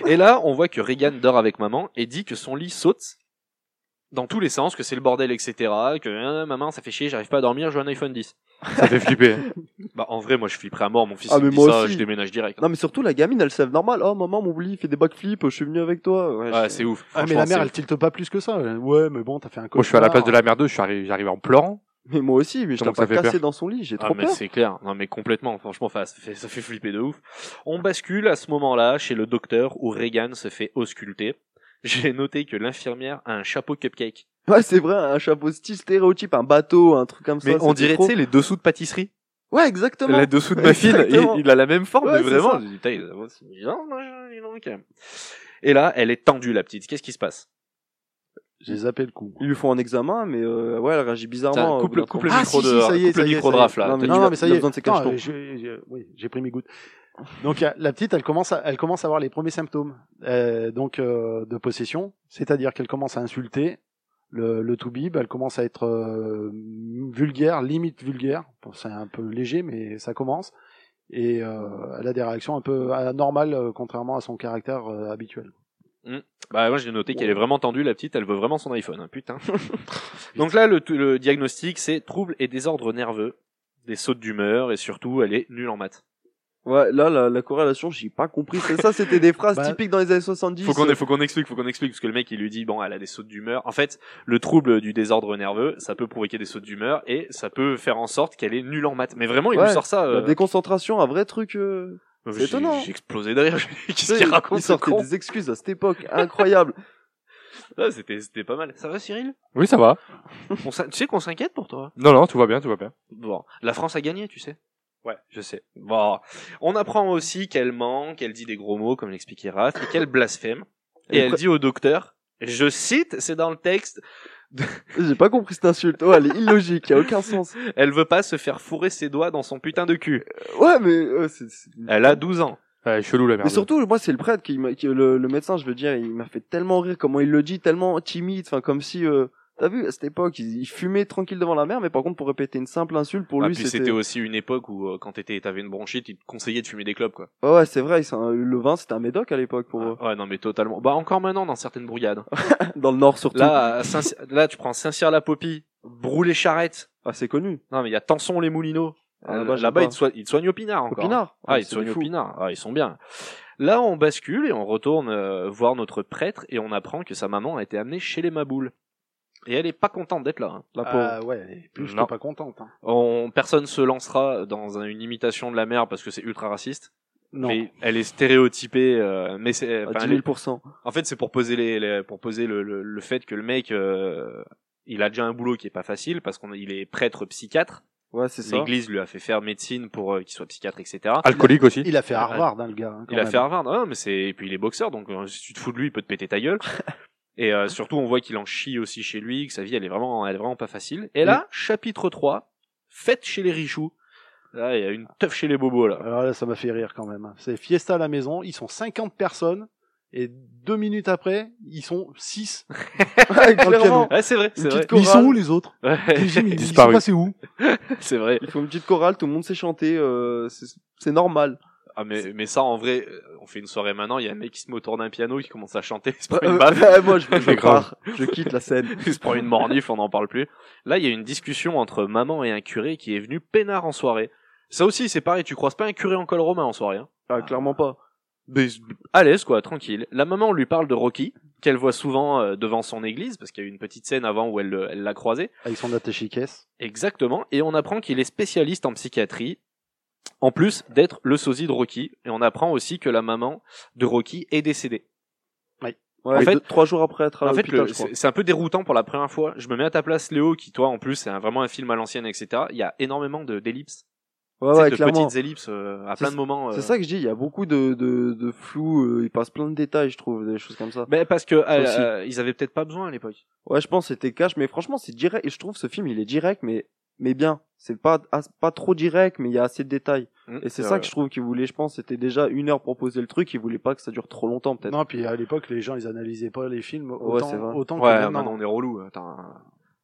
et là, on voit que Regan dort avec maman et dit que son lit saute dans tous les sens, que c'est le bordel, etc. Que hein, maman, ça fait chier, j'arrive pas à dormir, je veux un iPhone 10. Ça fait flipper. Bah en vrai, moi je flipperais à mort, mon fils Ah, il me mais dit moi ça, aussi. je déménage direct. hein. Non, mais surtout, la gamine, elle sève normal. Oh, maman, mon oubli, fait des backflips, je suis venu avec toi. Ouais, Ah, je- c'est ouf. Ah, mais Franchement, la mère, c'est elle tilte pas plus que ça. Elle, Ouais, mais bon, t'as fait un Moi, je suis à la place de la mère 2, je suis arrivé, j'arrive en pleurant. Mais moi aussi, mais je t'ai Donc, ça pas fait peur. cassé dans son lit, j'ai Ah trop mais peur. c'est clair, non mais complètement, franchement enfin, ça, fait, ça fait flipper de ouf. On bascule à ce moment-là chez le docteur où Regan se fait ausculter. J'ai noté que l'infirmière a un chapeau cupcake. Ouais, c'est vrai, un chapeau style stéréotype, un bateau, un truc comme ça. Mais on c'était dirait, trop- tu sais, les dessous de pâtisserie. Ouais, exactement. Les dessous de muffin, il, Exactement. il a la même forme, Ouais, mais c'est vraiment. ça. je dis, Putain, il a- il en mange, il en manque. Et là, elle est tendue, la petite. Qu'est-ce qui se passe J'ai zappé le coup. Ils lui font un examen, mais euh, ouais, elle réagit Tiens, bizarrement. au coupe, bout le- d'un coupe temps. le Ah, micro si, de, si, ça y est, coupe le ça y est, micro ça de y est. Raph, là. Non, T'as mais dit, Non, il non, a- mais ça il y a est. besoin de ses Attends, cachetons. je- je- oui, j'ai pris mes gouttes. Donc euh, la petite, elle commence, à, elle commence à avoir les premiers symptômes euh, donc euh, de possession, c'est-à-dire qu'elle commence à insulter le, le toubib, elle commence à être euh, vulgaire, limite vulgaire. Bon, c'est un peu léger, mais ça commence. Et euh, elle a des réactions un peu anormales, euh, contrairement à son caractère euh, habituel. Bah moi j'ai noté qu'elle est vraiment tendue la petite, elle veut vraiment son iPhone, hein, putain. Donc là le, le diagnostic c'est troubles et désordres nerveux, des sautes d'humeur et surtout elle est nulle en maths. Ouais, là, la, la corrélation, j'ai pas compris. C'est ça, c'était des phrases Bah, typiques dans les années Euh, 70. Faut qu'on faut qu'on explique, faut qu'on explique parce que le mec il lui dit bon elle a des sautes d'humeur. En fait le trouble du désordre nerveux ça peut provoquer des sautes d'humeur et ça peut faire en sorte qu'elle est nulle en maths. Mais vraiment il Ouais, nous sort ça. La Euh... déconcentration, un vrai truc. euh, c'est j'ai- étonnant. J'ai explosé derrière. Qu'est-ce tu sais, qu'il il- raconte Il ce sortait con des excuses à cette époque, incroyable. Ah, C'était c'était pas mal. Ça va Cyril Oui, ça va. On s'in- Tu sais qu'on s'inquiète pour toi. Non, non, tout va bien, tout va bien. Bon, la France a gagné, tu sais. Ouais, je sais. Bon, on apprend aussi qu'elle ment, qu'elle dit des gros mots, comme l'expliquait Raph, et qu'elle blasphème. Et Elle elle pre- dit au docteur, je cite, c'est dans le texte, j'ai pas compris cette insulte. Ouais, elle est illogique, y a aucun sens. elle veut pas se faire fourrer ses doigts dans son putain de cul. Ouais, mais euh, c'est. c'est- Elle a 12 ans. Elle est chelou, la merde. Mais surtout, moi, c'est le prêtre qui m'a, qui- le, le médecin, je veux dire, il m'a fait tellement rire, comment il le dit, tellement timide, enfin, comme si, euh, t'as vu, à cette époque, il, il fumait tranquille devant la mer, mais par contre, pour répéter une simple insulte, pour Ah, lui, puis c'était, c'était aussi une époque où euh, quand t'étais, t'avais une bronchite, ils te conseillaient de fumer des clopes, quoi. Ouais, ouais, c'est vrai, c'est un- le vin, c'était un médoc à l'époque pour, eux. Ah, ouais, non, mais totalement. Bah, encore maintenant, dans certaines brouillades. dans le nord surtout. Ah. Là, à Saint- là, tu prends Saint-Cyr-la-Popie, Brûler Charrette. Ah, c'est connu. Non, mais il y a Tanson les Moulineaux. Ah, Euh, là-bas, j'aime Là-bas, pas. ils, te soignent- ils te soignent au pinard Au encore. pinard. Ah, ils c'est sont des au fous. pinard. Ah, ils sont bien. Là, on bascule et on retourne euh, voir notre prêtre et on apprend que sa maman a été amenée chez les Maboules. Et elle est pas contente d'être là. hein. La pauvre. Ah ouais, elle est plus que Non. pas contente. hein. On, personne se lancera dans un- une imitation de la mère parce que c'est ultra raciste. Non. Mais elle est stéréotypée. euh, mais c'est, À enfin, 10 elle est- 000%. en fait, c'est pour poser les, les- pour poser le, le, le fait que le mec, euh, il a déjà un boulot qui est pas facile parce qu'on il est prêtre psychiatre. Ouais, c'est ça. L'Église lui a fait faire médecine pour euh, qu'il soit psychiatre, etc. Alcoolique aussi. Il a fait Harvard, hein, le gars. hein, quand Il a même. fait Harvard, non, mais c'est et puis il est boxeur, donc euh, si tu te fous de lui, il peut te péter ta gueule. Et euh, surtout, on voit qu'il en chie aussi chez lui, que sa vie elle est vraiment, elle est vraiment pas facile. Et Mm. là, chapitre 3, fête chez les richoux. Là, il y a une teuf chez les bobos là. Alors là, ça m'a fait rire quand même. hein. C'est Fiesta à la maison, ils sont 50 personnes, et deux minutes après, ils sont 6. Ouais, clairement. Ouais, c'est vrai, c'est vrai. Ils sont où les autres Ouais, Ils sont Disparu. passés où c'est vrai. Ils font une petite chorale, tout le monde s'est chanté, euh, c'est- c'est normal. Ah mais mais ça en vrai, euh, on fait une soirée maintenant, il y a un mec qui se met autour d'un piano qui commence à chanter, il se prend Bah, une Euh, baffe, ouais, moi, je, je C'est pars. Je quitte la scène. il se prend une mornif, on n'en parle plus. Là, il y a une discussion entre maman et un curé qui est venu peinard en soirée. Ça aussi, c'est pareil, tu croises pas un curé en col romain en soirée. hein. Ah, clairement pas. Mais à l'aise quoi, tranquille. La maman lui parle de Rocky, qu'elle voit souvent euh, devant son église, parce qu'il y a eu une petite scène avant où elle le- elle l'a croisé. Avec son attaché caisse. Exactement, et on apprend qu'il est spécialiste en psychiatrie, en plus d'être le sosie de Rocky, et on apprend aussi que la maman de Rocky est décédée. Ouais, En fait- deux- trois jours après être à en fait, l'hôpital, le- Ah, je crois. c'est c'est un peu déroutant pour la première fois. Je me mets à ta place, Léo, qui toi en plus c'est un- vraiment un film à l'ancienne, etc. Il y a énormément de d'ellipses, Ouais, Tu sais, ouais, de clairement. petites ellipses euh, à C'est- plein de moments. euh. C'est ça que je dis, il y a beaucoup de, de, de flou, euh, il passe plein de détails, je trouve, des choses comme ça. Ben, parce que euh, aussi. euh, ils avaient peut-être pas besoin à l'époque. Ouais, je pense que c'était cash, mais franchement, c'est direct, et je trouve ce film, il est direct, mais mais bien. C'est pas, as- pas trop direct, mais il y a assez de détails. Mm, Et c'est euh, ça que je trouve qu'ils voulaient, je pense, c'était déjà une heure pour poser le truc, ils voulaient pas que ça dure trop longtemps, peut-être. Non, puis à l'époque, les gens, ils analysaient pas les films Ouais, autant, c'est vrai. autant que Ouais, maintenant. maintenant on est relou. Attends.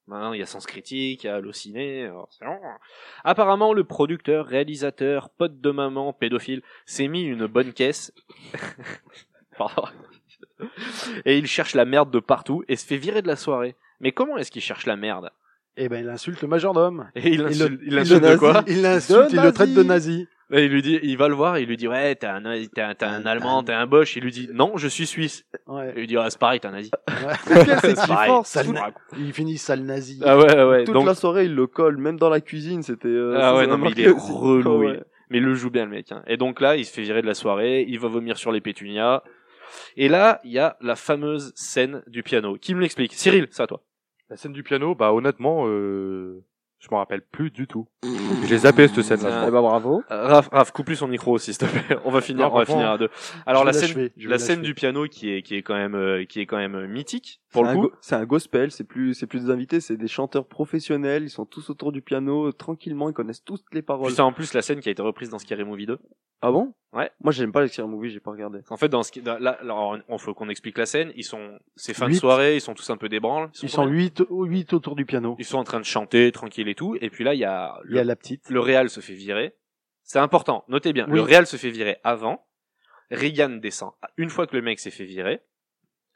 Maintenant il y a Sens Critique, il y a Allociné. alors c'est bon. Apparemment le producteur, réalisateur, pote de maman, pédophile, s'est mis une bonne caisse. Pardon. Et il cherche la merde de partout et se fait virer de la soirée. Mais comment est-ce qu'il cherche la merde Et ben, il insulte le majordome. Et il le- l'insulte il il l'insulte le de quoi Il l'insulte, De il le traite de nazi. nazi. Et il lui dit, il va le voir, il lui dit ouais t'es un, t'es un, t'es un allemand, t'es un boche. Il lui dit non je suis suisse. Ouais. Et il dit ah c'est pareil t'es un nazi. Lequel, c'est C'est qui pareil, force ça tout- me raconte. Il finit sale nazi. Ah ouais ouais. Toute Donc la soirée, il le colle, même dans la cuisine, c'était. euh, Ah ça, ouais, ça m'a non, mais il marqué est aussi. relou, Ah il- Mais il le joue bien le mec. hein. Et donc là, il se fait virer de la soirée, il va vomir sur les pétunias. Et là, il y a la fameuse scène du piano. Qui me l'explique Cyril, c'est à toi. La scène du piano, bah honnêtement, euh, je m'en rappelle plus du tout. J'ai zappé cette scène-là. je Ah, crois. Eh ben, bravo. Euh, Raph, Raph, coupe lui son micro aussi, s'il te plaît. On va finir, Non, on va franchement, finir à deux. Alors je la vais scène, l'achever, je vais la scène l'achever. du piano qui est qui est quand même euh, qui est quand même mythique pour C'est le un coup. go- c'est un gospel, c'est plus, c'est plus des invités, c'est des chanteurs professionnels, ils sont tous autour du piano, tranquillement, ils connaissent toutes les paroles. Putain, en plus la scène qui a été reprise dans Scary Movie 2. Ah bon? Ouais. Moi, j'aime pas les Scary Movie, j'ai pas regardé. En fait, dans, ce qui- dans- là, alors, on faut qu'on explique la scène. Ils sont, c'est fin de Huit. soirée, ils sont tous un peu débranles. Ils sont huit, huit autour du piano. Ils sont en train de chanter, tranquille et tout. Et puis là, il y a Il y a la petite. le Real se fait virer. C'est important, notez bien, Oui. le Real se fait virer avant. Regan descend une fois que le mec s'est fait virer.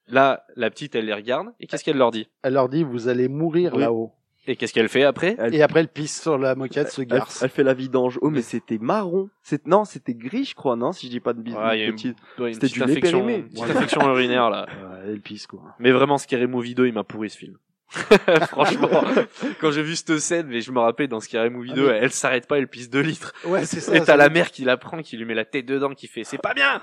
Là, la petite, elle les regarde. Et qu'est-ce qu'elle leur dit Elle leur dit, vous allez mourir Oui. là-haut. Et qu'est-ce qu'elle fait après Elle- Et après, elle pisse sur la moquette, se Elle, garce. elle fait la vidange. Oh, mais c'était marron. C'est, non, c'était gris, je crois, non, si je dis pas de bêtises. Ouais, il y a une- Petite- Ouais, Une C'était petite du lait infection, périmé. une petite infection urinaire là. Ouais, elle pisse, quoi. Mais vraiment, Scary Movie 2, il m'a pourri ce film. Franchement, quand j'ai vu cette scène, mais je me rappelle dans Scary Movie 2, elle s'arrête pas, elle pisse 2 litres. Ouais, c'est ça. Et t'as la mère qui la prend, qui lui met la tête dedans, qui fait C'est pas bien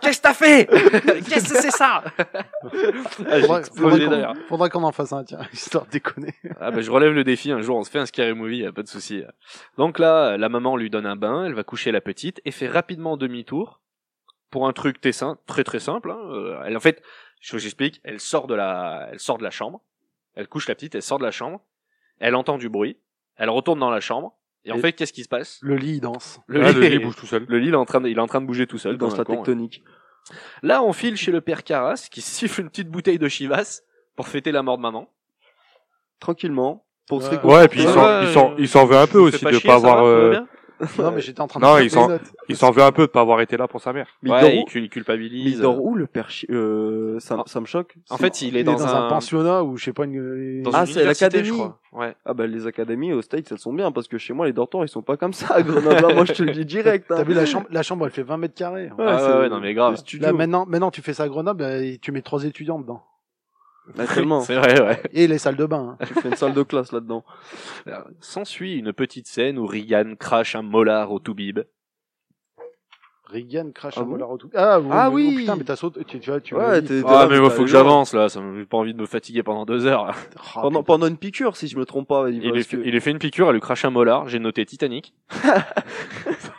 Qu'est-ce que t'as fait Qu'est-ce que c'est ça Ah, J'ai Faudra, explosé faudra d'ailleurs. qu'on, faudra qu'on en fasse un, tiens, histoire de déconner. Ah bah je relève le défi, un jour on se fait un scary movie, y a pas de souci. Donc là, la maman lui donne un bain, elle va coucher la petite et fait rapidement demi-tour pour un truc très simple, très très simple. hein. Euh, Elle en fait, je vous explique, elle sort de la, elle sort de la chambre, elle couche la petite, elle sort de la chambre, elle entend du bruit, elle retourne dans la chambre et en Et- fait qu'est-ce qui se passe Le lit, il danse. Le Ah, lit- le lit bouge tout seul. le lit, il est en train de, il est en train de bouger tout seul dans comme la un con, hein. tectonique. Là, on file chez le père Carras qui siffle une petite bouteille de Chivas pour fêter la mort de maman. Tranquillement. Pour se Ouais. réconforter. Ouais, et puis il s'en, il s'en, il s'en veut un peu Je vous fais aussi de chier, pas ça hein. va, avoir, tout va euh, bien Non, mais j'étais en train de Non, faire des ils sont- notes. il s'en veut un peu de pas avoir été là pour sa mère. Mais il ouais, dort il où? cul- il Mais culpabilise. il dort où, le père chi- euh, ça, Ah. ça me choque. En fait, il est, Il est dans, un... pensionnat ou je sais pas une. dans Ah, une c'est université, l'académie. je crois. Ouais. Ah, bah, les académies aux States, elles sont bien, parce que chez moi, les dortoirs, ils sont pas comme ça, à Grenoble. Moi, je te le dis direct, hein. T'as vu la chambre La chambre, elle fait 20 mètres carrés. Ouais, Ah ouais, c'est- ouais, non, mais grave. le studio. Là, maintenant, maintenant, tu fais ça à Grenoble euh, et tu mets trois étudiants dedans. Naturellement. C'est vrai, ouais. Et les salles de bain. hein. tu fais une salle de classe là-dedans. Alors, S'ensuit une petite scène où Regan crache un molar au Toubib. Reagan crache Ah un bon molar au tout. Ah, Ah oh, oui. Putain, mais t'as sauté. Tu, tu vois, tu Ouais, m'as dit. t'es- t'es Ah, là, mais t'es moi, allé faut que loin. j'avance, là. Ça me j'ai pas envie de me fatiguer pendant deux heures. Oh, Pendant, putain. pendant une piqûre, si je me trompe pas. Il, parce lui que- fait, il lui fait une piqûre, elle lui crache un molar. J'ai noté Titanic.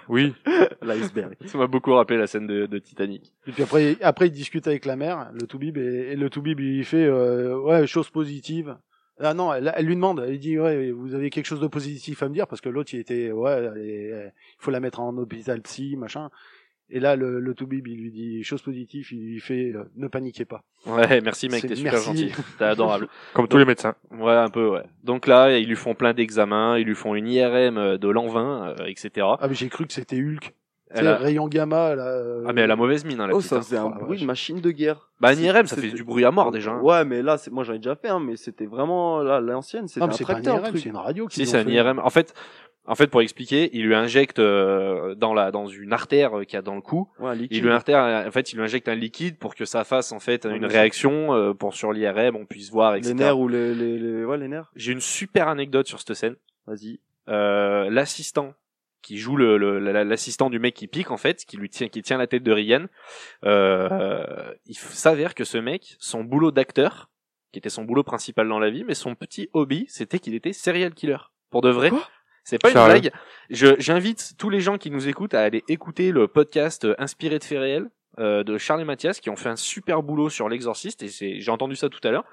Oui. L'iceberg. Ça m'a beaucoup rappelé la scène de, de Titanic. Et puis après, après, il discute avec la mère, le Toubib, et, et le Toubib, il fait, euh, ouais, chose positive. Ah non, elle, elle lui demande, elle dit, ouais, vous avez quelque chose de positif à me dire, parce que l'autre, il était, ouais, elle est- euh, il faut la mettre en hôpital psy, machin. Et là, le, le Toubib, il lui dit, chose positive, il lui fait, euh, ne paniquez pas. Ouais, merci, mec. C'est- T'es super merci. gentil. T'es adorable. Comme tous les médecins. Ouais, un peu, ouais. Donc là, ils lui font plein d'examens. Ils lui font une IRM de l'an 20, euh, etc. Ah, mais j'ai cru que c'était Hulk. Tu Elle sais, a- rayon gamma, là. euh, Ah, mais elle a mauvaise mine, hein, la Oh, petite. ça hein. faisait un Oh, la bruit de vache. machine de guerre. Bah, un IRM, ça C'était- fait du bruit à mort, déjà. hein. Ouais, mais là, c'est- moi j'en ai déjà fait, hein, mais c'était vraiment là, l'ancienne, c'était Non, un mais c'est pas un tracteur. le IRM, truc. c'est une radio qui Si c'est un IRM. En fait, en fait, pour expliquer, il lui injecte euh, dans la dans une artère euh, qu'il y a dans le cou. Ouais, un Il liquide. lui artère, en fait, il lui injecte un liquide pour que ça fasse en fait Ouais, une mais- réaction euh, pour sur l'IRM, on puisse voir, les etc. nerfs ou les, les, les- ouais, les nerfs. J'ai une super anecdote sur cette scène. Vas-y. Euh, L'assistant qui joue le le- la- l'assistant du mec qui pique en fait, qui lui tient qui tient la tête de Ryan, euh, euh, il f- s'avère que ce mec, son boulot d'acteur, qui était son boulot principal dans la vie, mais son petit hobby, c'était qu'il était serial killer pour de vrai. Quoi C'est pas une Sérieux blague. Je j'invite tous les gens qui nous écoutent à aller écouter le podcast euh, Inspiré de faits réels euh, de Charles et Mathias qui ont fait un super boulot sur l'exorciste et c'est j'ai entendu ça tout à l'heure.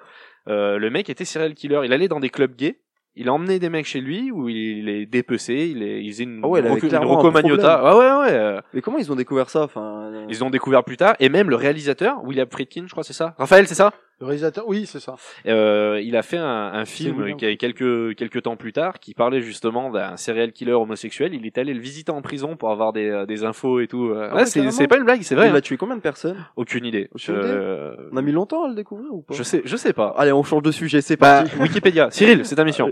Euh, le mec était serial killer, il allait dans des clubs gays il a emmené des mecs chez lui où il est dépecé, il, est, il faisait une, Ah ouais, il avait reco- une clairement un recomagnota. Ah ouais, ouais. euh, Mais comment ils ont découvert ça Enfin, euh, Ils l'ont découvert plus tard. Et même le réalisateur, William Friedkin, je crois, c'est ça Raphaël, c'est ça Le réalisateur, oui, c'est ça. Euh, Il a fait un, un film William. qui a quelques, quelques temps plus tard qui parlait justement d'un serial killer homosexuel. Il est allé le visiter en prison pour avoir des, euh, des infos et tout. Euh, Ah ouais, ouais, c'est carrément c'est pas une blague, c'est vrai. il hein. a tué combien de personnes Aucune idée. Aucune Euh, On a mis Ah, longtemps à le découvrir ou pas je sais, je sais pas. Allez, on change de sujet, c'est Bah, parti. Wikipédia. Cyril, c'est ta mission.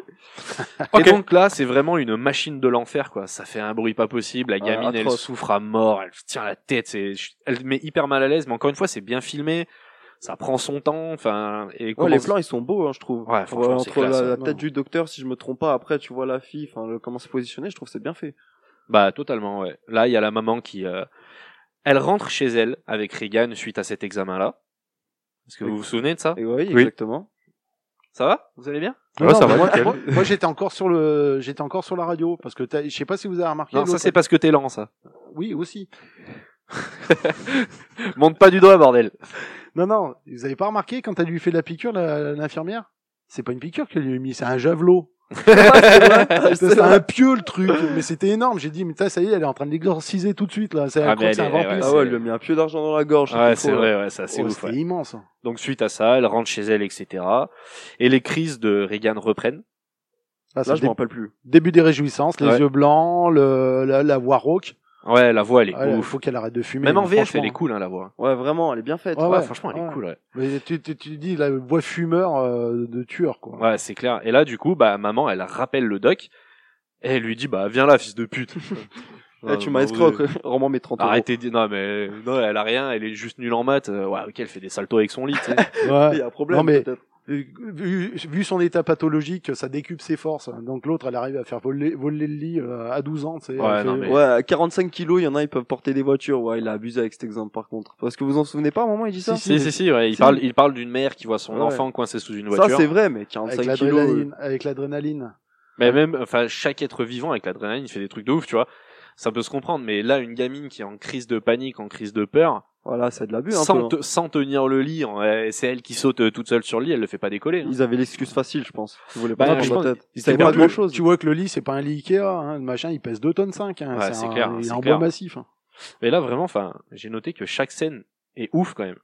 Ok. Et donc là, c'est vraiment une machine de l'enfer, quoi. Ça fait un bruit pas possible. La Ah, gamine, elle atroce. souffre à mort. Elle tient la tête. C'est, je- elle met hyper mal à l'aise. Mais encore une fois, c'est bien filmé. Ça prend son temps. Enfin, et Ouais, comment- les plans ils sont beaux, hein, je trouve. Ouais, franchement, c'est entre classe, la, hein. la tête du docteur, si je me trompe pas, après tu vois la fille, enfin le- comment c'est positionné, je trouve que c'est bien fait. Bah, totalement. Ouais. Là, il y a la maman qui, euh, elle rentre chez elle avec Regan suite à cet examen-là. Est-ce que vous vous souvenez de ça Et oui, exactement. Ça va Vous allez bien Ah ouais, ça va, mais moi, nickel. moi- moi, j'étais encore sur le, j'étais encore sur la radio parce que t'as- je sais pas si vous avez remarqué. Non, ça l'autre- c'est parce que t'es lent, ça. Oui, aussi. Monte pas du doigt, bordel. Non, non, vous avez pas remarqué quand elle lui fait la piqûre, la- l'infirmière C'est pas une piqûre qu'elle lui a mis, c'est un javelot. c'est un pieu le truc, mais c'était énorme. J'ai dit, mais t'as, ça y est, elle est en train de l'exorciser tout de suite là. C'est Ah, elle croit mais que c'est un elle est- vampire. ouais, Ah ouais, il lui a mis un pieu d'argent dans la gorge. Ouais, c'était c'est fou, vrai, ouais, ça, c'est Oh, ouf. c'était ouais. immense. Donc suite à ça, elle rentre chez elle, etc. Et les crises de Regan reprennent. Ah, Là, c'est je le me dé- rappelle plus. début des réjouissances, les Ouais. yeux blancs, le, la, la voix rauque. Ouais, la voix elle est Ah, Il ouf. faut qu'elle arrête de fumer. Même en VF, franchement. elle est cool hein, la voix. Ouais, vraiment, elle est bien faite. Ah Ouais, Ouais, ouais. franchement, elle est ouais. cool. Ouais, Mais tu, tu, tu dis la voix fumeur euh, de tueur, quoi. ouais c'est clair. Et là, du coup, bah maman, elle rappelle le doc et elle lui dit, bah viens là, fils de pute. Eh, tu m'as Ouais, bah, escroc, vous- rends-moi mes 30 euros. Arrêtez de non mais non, elle a rien, elle est juste nulle en maths. Euh, Ouais, ok, elle fait des saltos avec son lit. tu sais. Ouais. Il y a un problème, Non, mais- peut-être. Vu, vu- vu son état pathologique, ça décupe ses forces. Donc l'autre, elle arrive à faire voler, voler le lit euh, à 12 ans. tu sais. Ouais, Elle non, fait- mais- Ouais, à 45 kilos, il y en a, ils peuvent porter des voitures. Ouais, il a abusé avec cet exemple, par contre. Parce que vous en souvenez pas, à un moment, il dit ça si si si, ouais, il parle il parle d'une mère qui voit son Ouais. enfant coincé sous une Ça, voiture. c'est vrai, mais Avec 45 kilos. euh, l'adrénaline. Avec l'adrénaline. Mais même, enfin, chaque être vivant avec l'adrénaline, il fait des trucs de ouf, tu vois. Ça peut se comprendre, mais là, une gamine qui est en crise de panique, en crise de peur, Voilà, c'est de l'abus, un peu. sans, hein. te- sans tenir le lit, en- euh, c'est elle qui saute euh, toute seule sur le lit, elle le fait pas décoller. hein. Ils avaient l'excuse facile, je pense. Ils voulaient Bah, pas je prendre la pense tête. qu'ils Ils savaient étaient pas perdus. grand chose. Tu vois que le lit, c'est pas un lit Ikea. hein. Le machin, il pèse 2 tonnes 5. Hein. Ouais, c'est un- clair, Il est c'est en clair. bois massif. hein. Mais là, vraiment, enfin, j'ai noté que chaque scène est ouf quand même.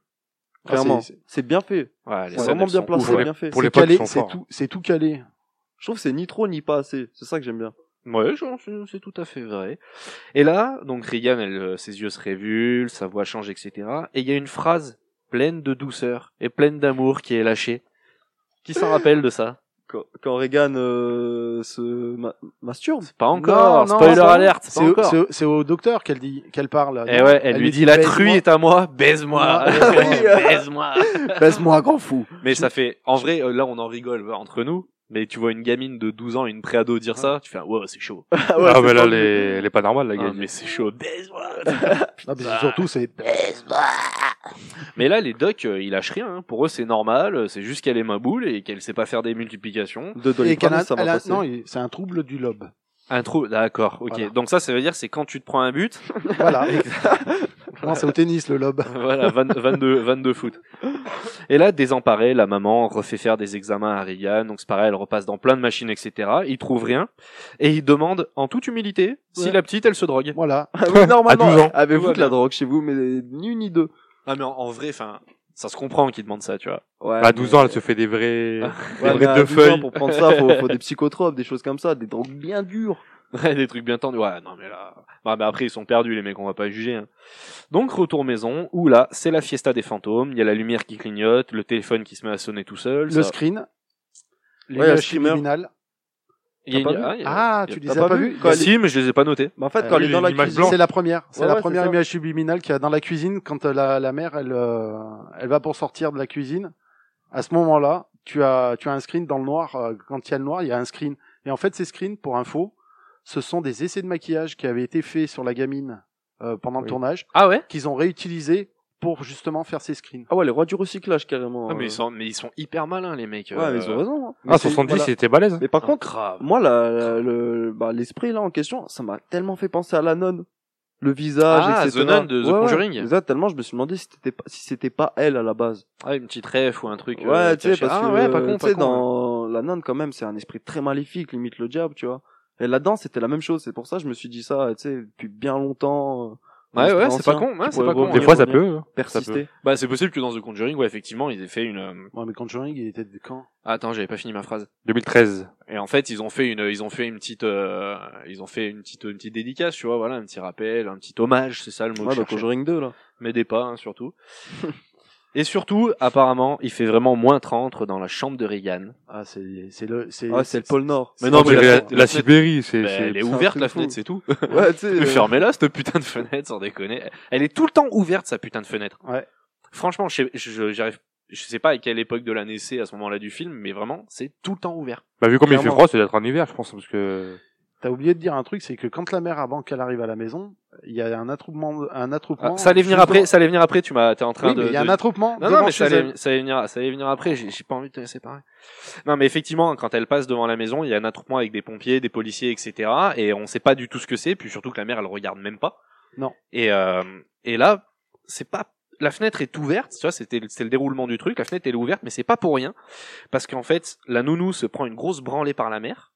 Clairement. Ah, c'est- C'est bien fait. Ouais, les C'est scènes, vraiment elles bien sont placé, ouf, bien fait. Pour c'est les potes, ils calé, sont c'est forts. tout, c'est tout calé. Je trouve que c'est ni trop ni pas assez. C'est ça que j'aime bien. Ouais, genre, c'est c'est tout à fait vrai. Et là, donc Regan, elle, euh, ses yeux se révulent, sa voix change, etc. Et il y a une phrase pleine de douceur et pleine d'amour qui est lâchée. Qui s'en rappelle de ça Quand, quand Reagan euh, se ma- masturbe. Pas encore. Non, non, Spoiler c'est- alerte. C'est Pas au- encore. c'est au- c'est au docteur qu'elle dit, qu'elle parle. Et ouais, elle, lui dit la truie est à moi, baise-moi, Ouais, ouais. baise-moi. Baisse-moi, grand fou. Mais ça fait, en vrai, euh, là on en rigole euh, entre nous, mais tu vois une gamine de 12 ans, une préado dire ça, tu fais, un, wow, c'est chaud. Ah Ah, mais c'est là, pas elle est- elle est pas normale, la Ah, gamine. mais c'est chaud, baise-moi. Non, Ah, mais Bah. c'est surtout, c'est mais là les docs, euh, ils lâchent rien. hein. Pour eux c'est normal, euh, c'est juste qu'elle est ma boule et qu'elle sait pas faire des multiplications. De et Doliprane, qu'elle a- ça va elle a- passer. non, il- c'est un trouble du lobe. Un trou, d'accord, ok. Voilà. Donc ça, ça veut dire c'est quand tu te prends un but, Voilà. non, c'est au tennis le lobe. voilà, 22, 22, 22 foot. Et là, désemparée, la maman refait faire des examens à Regan. Donc c'est pareil, elle repasse dans plein de machines, etc. Il trouve rien. Et il demande, en toute humilité, si Ouais. la petite, elle se drogue. Voilà. Ah oui, normalement, 12 ans. Tout va avez-vous de bien. la drogue chez vous, mais ni une ni deux. Ah, mais en, en vrai, enfin, ça se comprend qu'il demande ça, tu vois. Ouais, À 12 ans, elle se fait des mais- vrais, des ouais, mais vrais à deux 12 ans, feuilles. Pour prendre ça, faut, faut des psychotropes, des choses comme ça, des drogues bien dures. Ouais, des trucs bien tendus. Ouais, non, mais là. Ouais, mais après, ils sont perdus, les mecs, on va pas juger. hein. Donc, retour maison, où là, c'est la fiesta des fantômes. Il y a la lumière qui clignote, le téléphone qui se met à sonner tout seul. Le ça- screen. Les Ouais, machines le streamer. criminales. Il y a t'as une- pas vu ah, il y a- Ah, il y a- tu les t'as as pas pas vu vus quand elle- Si, mais je les ai pas notés. Mais en fait, Euh, quand oui, elle est dans la une image cuisine, blanche. C'est la première. C'est Ouais, la ouais, première c'est ça. image subliminale qu'il y a dans la cuisine quand euh, la, la mère, elle, euh, elle va pour sortir de la cuisine. À ce moment-là, tu as, tu as un screen dans le noir. euh, Quand il y a le noir, il y a un screen. Et en fait, ces screens, pour info, ce sont des essais de maquillage qui avaient été faits sur la gamine euh, pendant le Oui. tournage, Ah ouais? qu'ils ont réutilisés pour justement faire ces screens. Ah ouais, les rois du recyclage, carrément. Ah, mais, euh. ils sont, mais ils sont hyper malins, les mecs. euh. Ah, Ouais, mais ils ont raison. hein. Ah, Mais c'est- 70, voilà. c'était balèze. hein. Mais par Par contre, contre, grave. Moi, la, la- le, bah, l'esprit là en question, ça m'a tellement fait penser à la nonne. Le visage, Ah, etc. The Nun de The Conjuring. exact, tellement je me suis demandé si c'était pas, si c'était pas elle à la base. Ah, une petite ref ou un truc. ouais, tu sais, parce ah, que, ouais, pas con, hein. tu pas sais, con. dans dans la nonne quand même, c'est un esprit très maléfique, limite le diable, tu vois. Et là-dedans, c'était la même chose. C'est pour ça que je me suis dit ça, tu sais, depuis bien longtemps. euh, un Ouais, esprit ouais, c'est pas ancien con, ouais, qui c'est pas pourrait con. Des on fois, y ça revenir, peut. hein. Persister. Bah, c'est possible que dans The Conjuring, ouais, effectivement, ils aient fait une. euh, Ah, Ouais, mais Conjuring, il était de quand Attends, j'avais pas fini ma phrase. 2013. Et en fait, ils ont fait une, ils ont fait une petite, euh, ils ont fait une petite, une petite dédicace, tu vois, voilà, un petit rappel, un petit hommage, c'est ça le mot. que Ouais, bah, je donc cherchais. Conjuring 2, là. M'aidez pas, hein, surtout. Et surtout, apparemment, il fait vraiment moins 30 dans la chambre de Reagan. Ah, c'est c'est le c'est Ah, c'est le pôle Nord. Mais non, On mais dirait la- la, la la fenêtre- Sibérie, c'est. Bah, c'est- elle est c'est un ouverte truc la fou. fenêtre, c'est tout. Ouais, tu sais. ben- euh, Fermez-la cette putain de fenêtre, sans déconner. Elle est tout le temps ouverte sa putain de fenêtre. Ouais. Franchement, je sais, je, j'arrive- je sais pas à quelle époque de l'année c'est à ce moment-là du film, mais vraiment, c'est tout le temps ouvert. Bah, vu comme il fait Clairement. froid, c'est d'être en hiver, je pense, parce que. T'as oublié de dire un truc, c'est que quand la mère avant qu'elle arrive à la maison, il y a un attroupement, un attroupement. Ah, ça allait venir juste après, devant- ça allait venir après, tu m'as, t'es en train Oui, de. mais il y a de- un attroupement. Non, non, mais ça allait, ça allait venir, ça allait venir après, j'ai j'ai pas envie de te séparer. Non, mais effectivement, quand elle passe devant la maison, il y a un attroupement avec des pompiers, des policiers, etc. Et on sait pas du tout ce que c'est, puis surtout que la mère, elle regarde même pas. Non. Et, euh, et là, c'est pas, la fenêtre est ouverte, tu vois, c'était, le- c'était le déroulement du truc, la fenêtre, elle est ouverte, mais c'est pas pour rien. Parce qu'en fait, la nounou se prend une grosse branlée par la mère.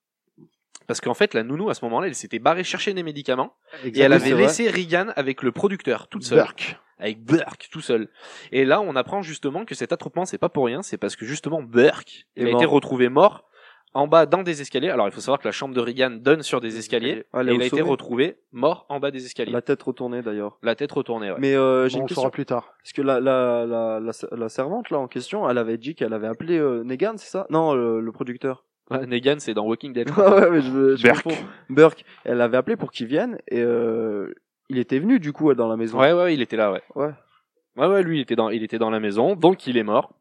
Parce qu'en fait, la nounou, à ce moment-là, elle s'était barrée chercher des médicaments, et elle avait euh, c'est vrai. laissé Regan avec le producteur, toute seule Burke. avec Burke tout seul. Et là, on apprend justement que cet attroupement, c'est pas pour rien, c'est parce que justement Burke il Est a mort. été retrouvé mort en bas dans des escaliers. Alors, il faut savoir que la chambre de Regan donne sur des escaliers. Ah, elle et est il a au été sommet. retrouvé mort en bas des escaliers. La La, tête retournée, d'ailleurs. tête retournée, ouais. Mais euh, Bon, on j'ai une le question. saura plus tard. Parce que la, la, la, la, la servante, là, en question, elle avait dit qu'elle avait appelé euh, Negan, c'est ça Non, le, le producteur. Ouais, Negan, c'est dans Walking Dead. je Ah crois. ouais, mais je, je Burke. confonds. Burke. Elle l'avait appelé pour qu'il vienne, et euh, il était venu, du coup, dans la maison. ouais, ouais, il était là, ouais. Ouais. Ouais, ouais, lui, il était dans, il était dans la maison, donc il est mort.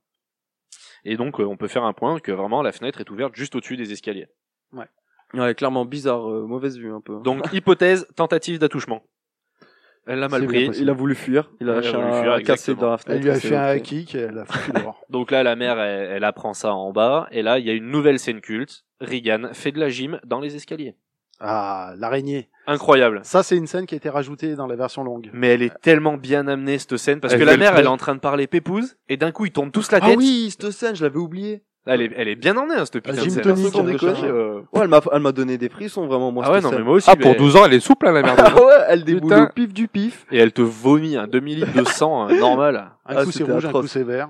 Et donc, euh, on peut faire un point que vraiment la fenêtre est ouverte juste au-dessus des escaliers. Ouais, clairement, bizarre, euh, mauvaise vue, un peu. Donc, hypothèse, tentative d'attouchement. Elle l'a mal C'est pris. bien il a voulu fuir, il Il a a lâché voulu un, fuir, un cassé exactement. dans la fenêtre. Elle lui a c'est fait un ok. kick et elle a foutu dehors. Donc là, la mère, elle, elle apprend ça en bas, et là, il y a une nouvelle scène culte. Regan fait de la gym dans les escaliers. Ah, l'araignée. Incroyable. Ça, c'est une scène qui a été rajoutée dans la version longue. Mais elle est tellement bien amenée, cette scène, parce Elle que la fait le mère, tour. elle est en train de parler pépouze, et d'un coup, ils tournent tous la Ah tête. oui, cette scène, je l'avais oubliée. elle, est, elle est bien emmenée, hein, cette putain de Gym scène. tonic, Sans on déconner, décharge. euh. Ouais, elle m'a, elle m'a donné des frissons, vraiment, moi, Ah ouais, cette non, mais scène. moi aussi. Ah, pour mais- 12 ans, elle est souple, hein, la merde. Ah ouais, elle déboule Putain. au pif du pif. Et elle te vomit un demi-litre de sang, euh, normal. Un Ah, coup c'est c'était rouge, un atroce. coup c'est vert.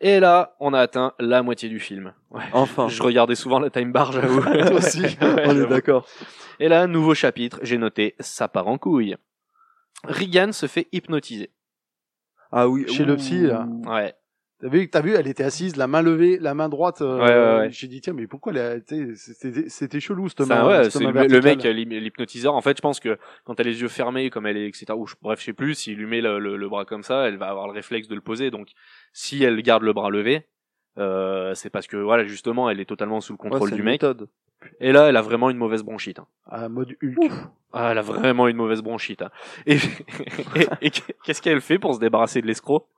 Et là, on a atteint la moitié du film. Ouais. Enfin, Je regardais souvent la time bar, j'avoue. aussi. Ouais, on est j'avoue. d'accord. Et là, nouveau chapitre, j'ai noté, ça part en couille. Regan se fait hypnotiser. Ah oui. Chez le psy, là. ouh. Ouais. T'as vu, t'as vu, elle était assise, la main levée, la main droite. euh, Ouais, ouais, ouais. J'ai dit tiens, mais pourquoi elle a, t'sais, c'était, c'était chelou cette Ça, main. ouais, cette c'est main le, le mec, euh. verticale. l'hyp- l'hypnotiseur, en fait, je pense que quand elle a les yeux fermés, comme elle est, etc., ou je- bref, je sais plus, s'il lui met le, le- le bras comme ça, elle va avoir le réflexe de le poser. Donc, si elle garde le bras levé, euh, c'est parce que, voilà, justement, elle est totalement sous le Ouais, contrôle c'est du une mec. méthode. Et là, elle a vraiment une mauvaise bronchite. hein. Ah, mode Hulk. Ah, elle a vraiment une mauvaise bronchite. hein. Et, et- et qu'est-ce qu'elle fait pour se débarrasser de l'escroc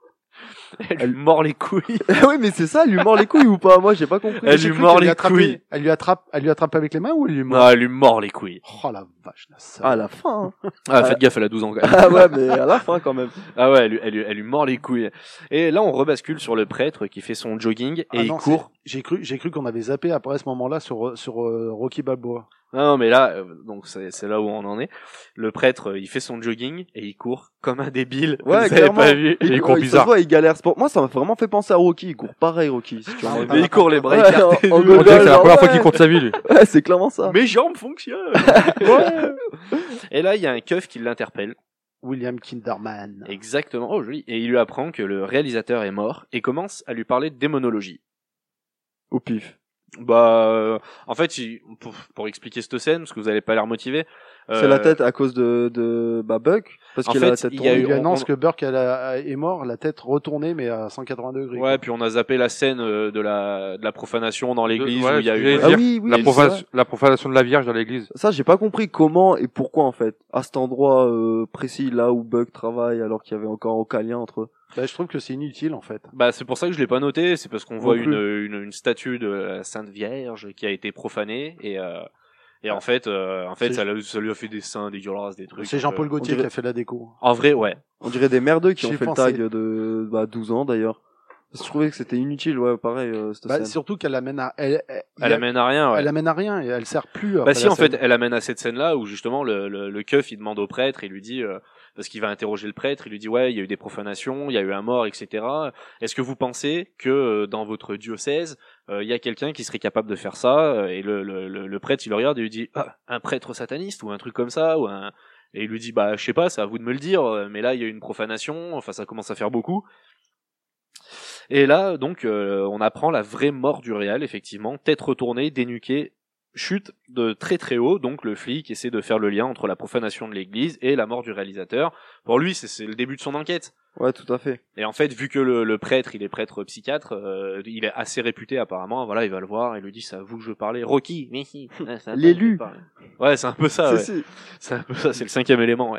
elle, Elle- lui mord les couilles. Eh oui, mais c'est ça, elle lui mord les couilles ou pas Moi, j'ai pas compris. Elle J'ai lui cru mord qu'elle les attrapait- couilles. Elle lui attrape, elle lui attrape avec les mains ou elle lui mord Non, elle lui mord les couilles. Oh la vache, la sale. À la fin. hein. Ah, faites gaffe, elle a 12 ans. quand même. Ah ouais, mais à la fin quand même. Ah ouais, elle, lui- elle, lui- elle lui mord les couilles. Et là, on rebascule sur le prêtre qui fait son jogging et Ah il non, court. c'est- J'ai cru, j'ai cru qu'on avait zappé après ce moment-là sur euh, sur euh, Rocky Balboa. Non, non, mais là, euh, donc c'est c'est là où on en est. Le prêtre, euh, il fait son jogging et il court comme un débile. Ouais, Vous avez clairement. pas vu. Il ouais, court se bizarre. voit, il galère. c'est pour- Moi, ça m'a vraiment fait penser à Rocky. Il court pareil, Rocky. Si tu Ah, en Mais il court les bras Ouais, écartés. en- en de- On dirait que c'est la Ouais, première fois qu'il ouais. compte sa vie, lui. Ouais, c'est clairement ça. Mes jambes fonctionnent. Et là, il y a un keuf qui l'interpelle. William Kinderman. Exactement. Oh, joli. Et il lui apprend que le réalisateur est mort et commence à lui parler de démonologie. Au pif. Bah, euh, en fait, il- pour, pour expliquer cette scène, parce que vous avez pas l'air motivé. Euh, euh, C'est la tête à cause de, de bah, Buck. Parce en qu'il a la fait, tête il y Il a tournée. eu- lui euh, on- annonce on- que Burke elle a- est mort, la tête retournée mais à 180 degrés. Ouais, puis on a zappé la scène euh, de la, de la profanation dans l'église ouais, où il y a j'allais eu. Ah dire, oui, oui. La c'est profanation, vrai. la profanation de la Vierge dans l'église. Ça, j'ai pas compris comment et pourquoi en fait. À cet endroit euh, précis, là où Buck travaille, alors qu'il y avait encore aucun lien entre eux. Bah, je trouve que c'est inutile en fait. Bah, c'est pour ça que je l'ai pas noté, c'est parce qu'on voit Non une, plus. une, une statue de la Sainte Vierge qui a été profanée et euh, et en fait euh, en fait C'est- ça, l'a- ça lui a fait des seins, des violences, des trucs. C'est Jean-Paul euh, Gaultier on dirait- qui a fait la déco. En vrai, ouais. On dirait des merdeux qui J'y ont ai fait pensé. le tag de bah, 12 ans d'ailleurs. Parce que je trouvais que c'était inutile, ouais, pareil, euh, cette Bah, scène. surtout qu'elle amène à, elle, elle, Elle amène à rien, ouais. elle amène à rien et elle sert plus. Bah après si, la en scène. fait, elle amène à cette scène-là où justement le, le, le keuf, il demande au prêtre, il lui dit, euh, parce qu'il va interroger le prêtre, il lui dit, ouais, il y a eu des profanations, il y a eu un mort, etc. Est-ce que vous pensez que euh, dans votre diocèse, euh, il y a quelqu'un qui serait capable de faire ça euh, Et le, le, le, le prêtre, il le regarde et lui dit, ah, un prêtre sataniste ou un truc comme ça ou un... Et il lui dit, bah je sais pas, c'est à vous de me le dire, euh, mais là, il y a eu une profanation, enfin, ça commence à faire beaucoup. Et là, donc, euh, on apprend la vraie mort du réal, effectivement, tête retournée, dénuquée, chute de très très haut, donc le flic essaie de faire le lien entre la profanation de l'église et la mort du réalisateur. Pour lui, c'est- c'est le début de son enquête. Ouais, tout à fait. Et en fait, vu que le, le prêtre, il est prêtre psychiatre, euh, il est assez réputé apparemment, voilà, il va le voir, il lui dit, c'est à vous que je veux parler. Rocky, mais si, c'est à toi que je veux L'élu. parler. Ouais, c'est un peu ça. ouais. C'est- c'est- C'est un peu ça, c'est le cinquième élément. Ouais.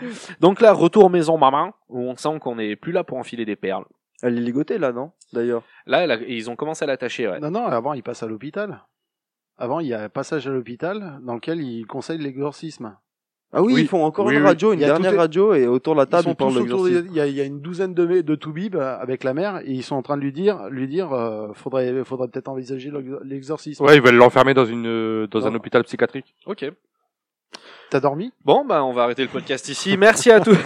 Donc là, retour maison maman, où on sent qu'on n'est plus là pour enfiler des perles. Elle est ligotée, là, non D'ailleurs. Là, elle a- ils ont commencé à l'attacher, ouais. Non, non, avant, il passe à l'hôpital. Avant, il y a un passage à l'hôpital dans lequel il conseille l'exorcisme. Ah oui, Oui. ils font encore Oui, une oui. radio, une Il y a dernière tout- radio, et autour de la table, ils, tous parlent de autour des- l'exorcisme. il, y a, il y a une douzaine de, de toubibs euh, avec la mère et ils sont en train de lui dire, lui dire, euh, faudrait, faudrait peut-être envisager l'ex- l'exorcisme. Ouais, ils veulent l'enfermer dans une euh, dans un Ouais. hôpital psychiatrique. Ok. T'as dormi Bon, bah, on va arrêter le podcast ici. Merci à tous.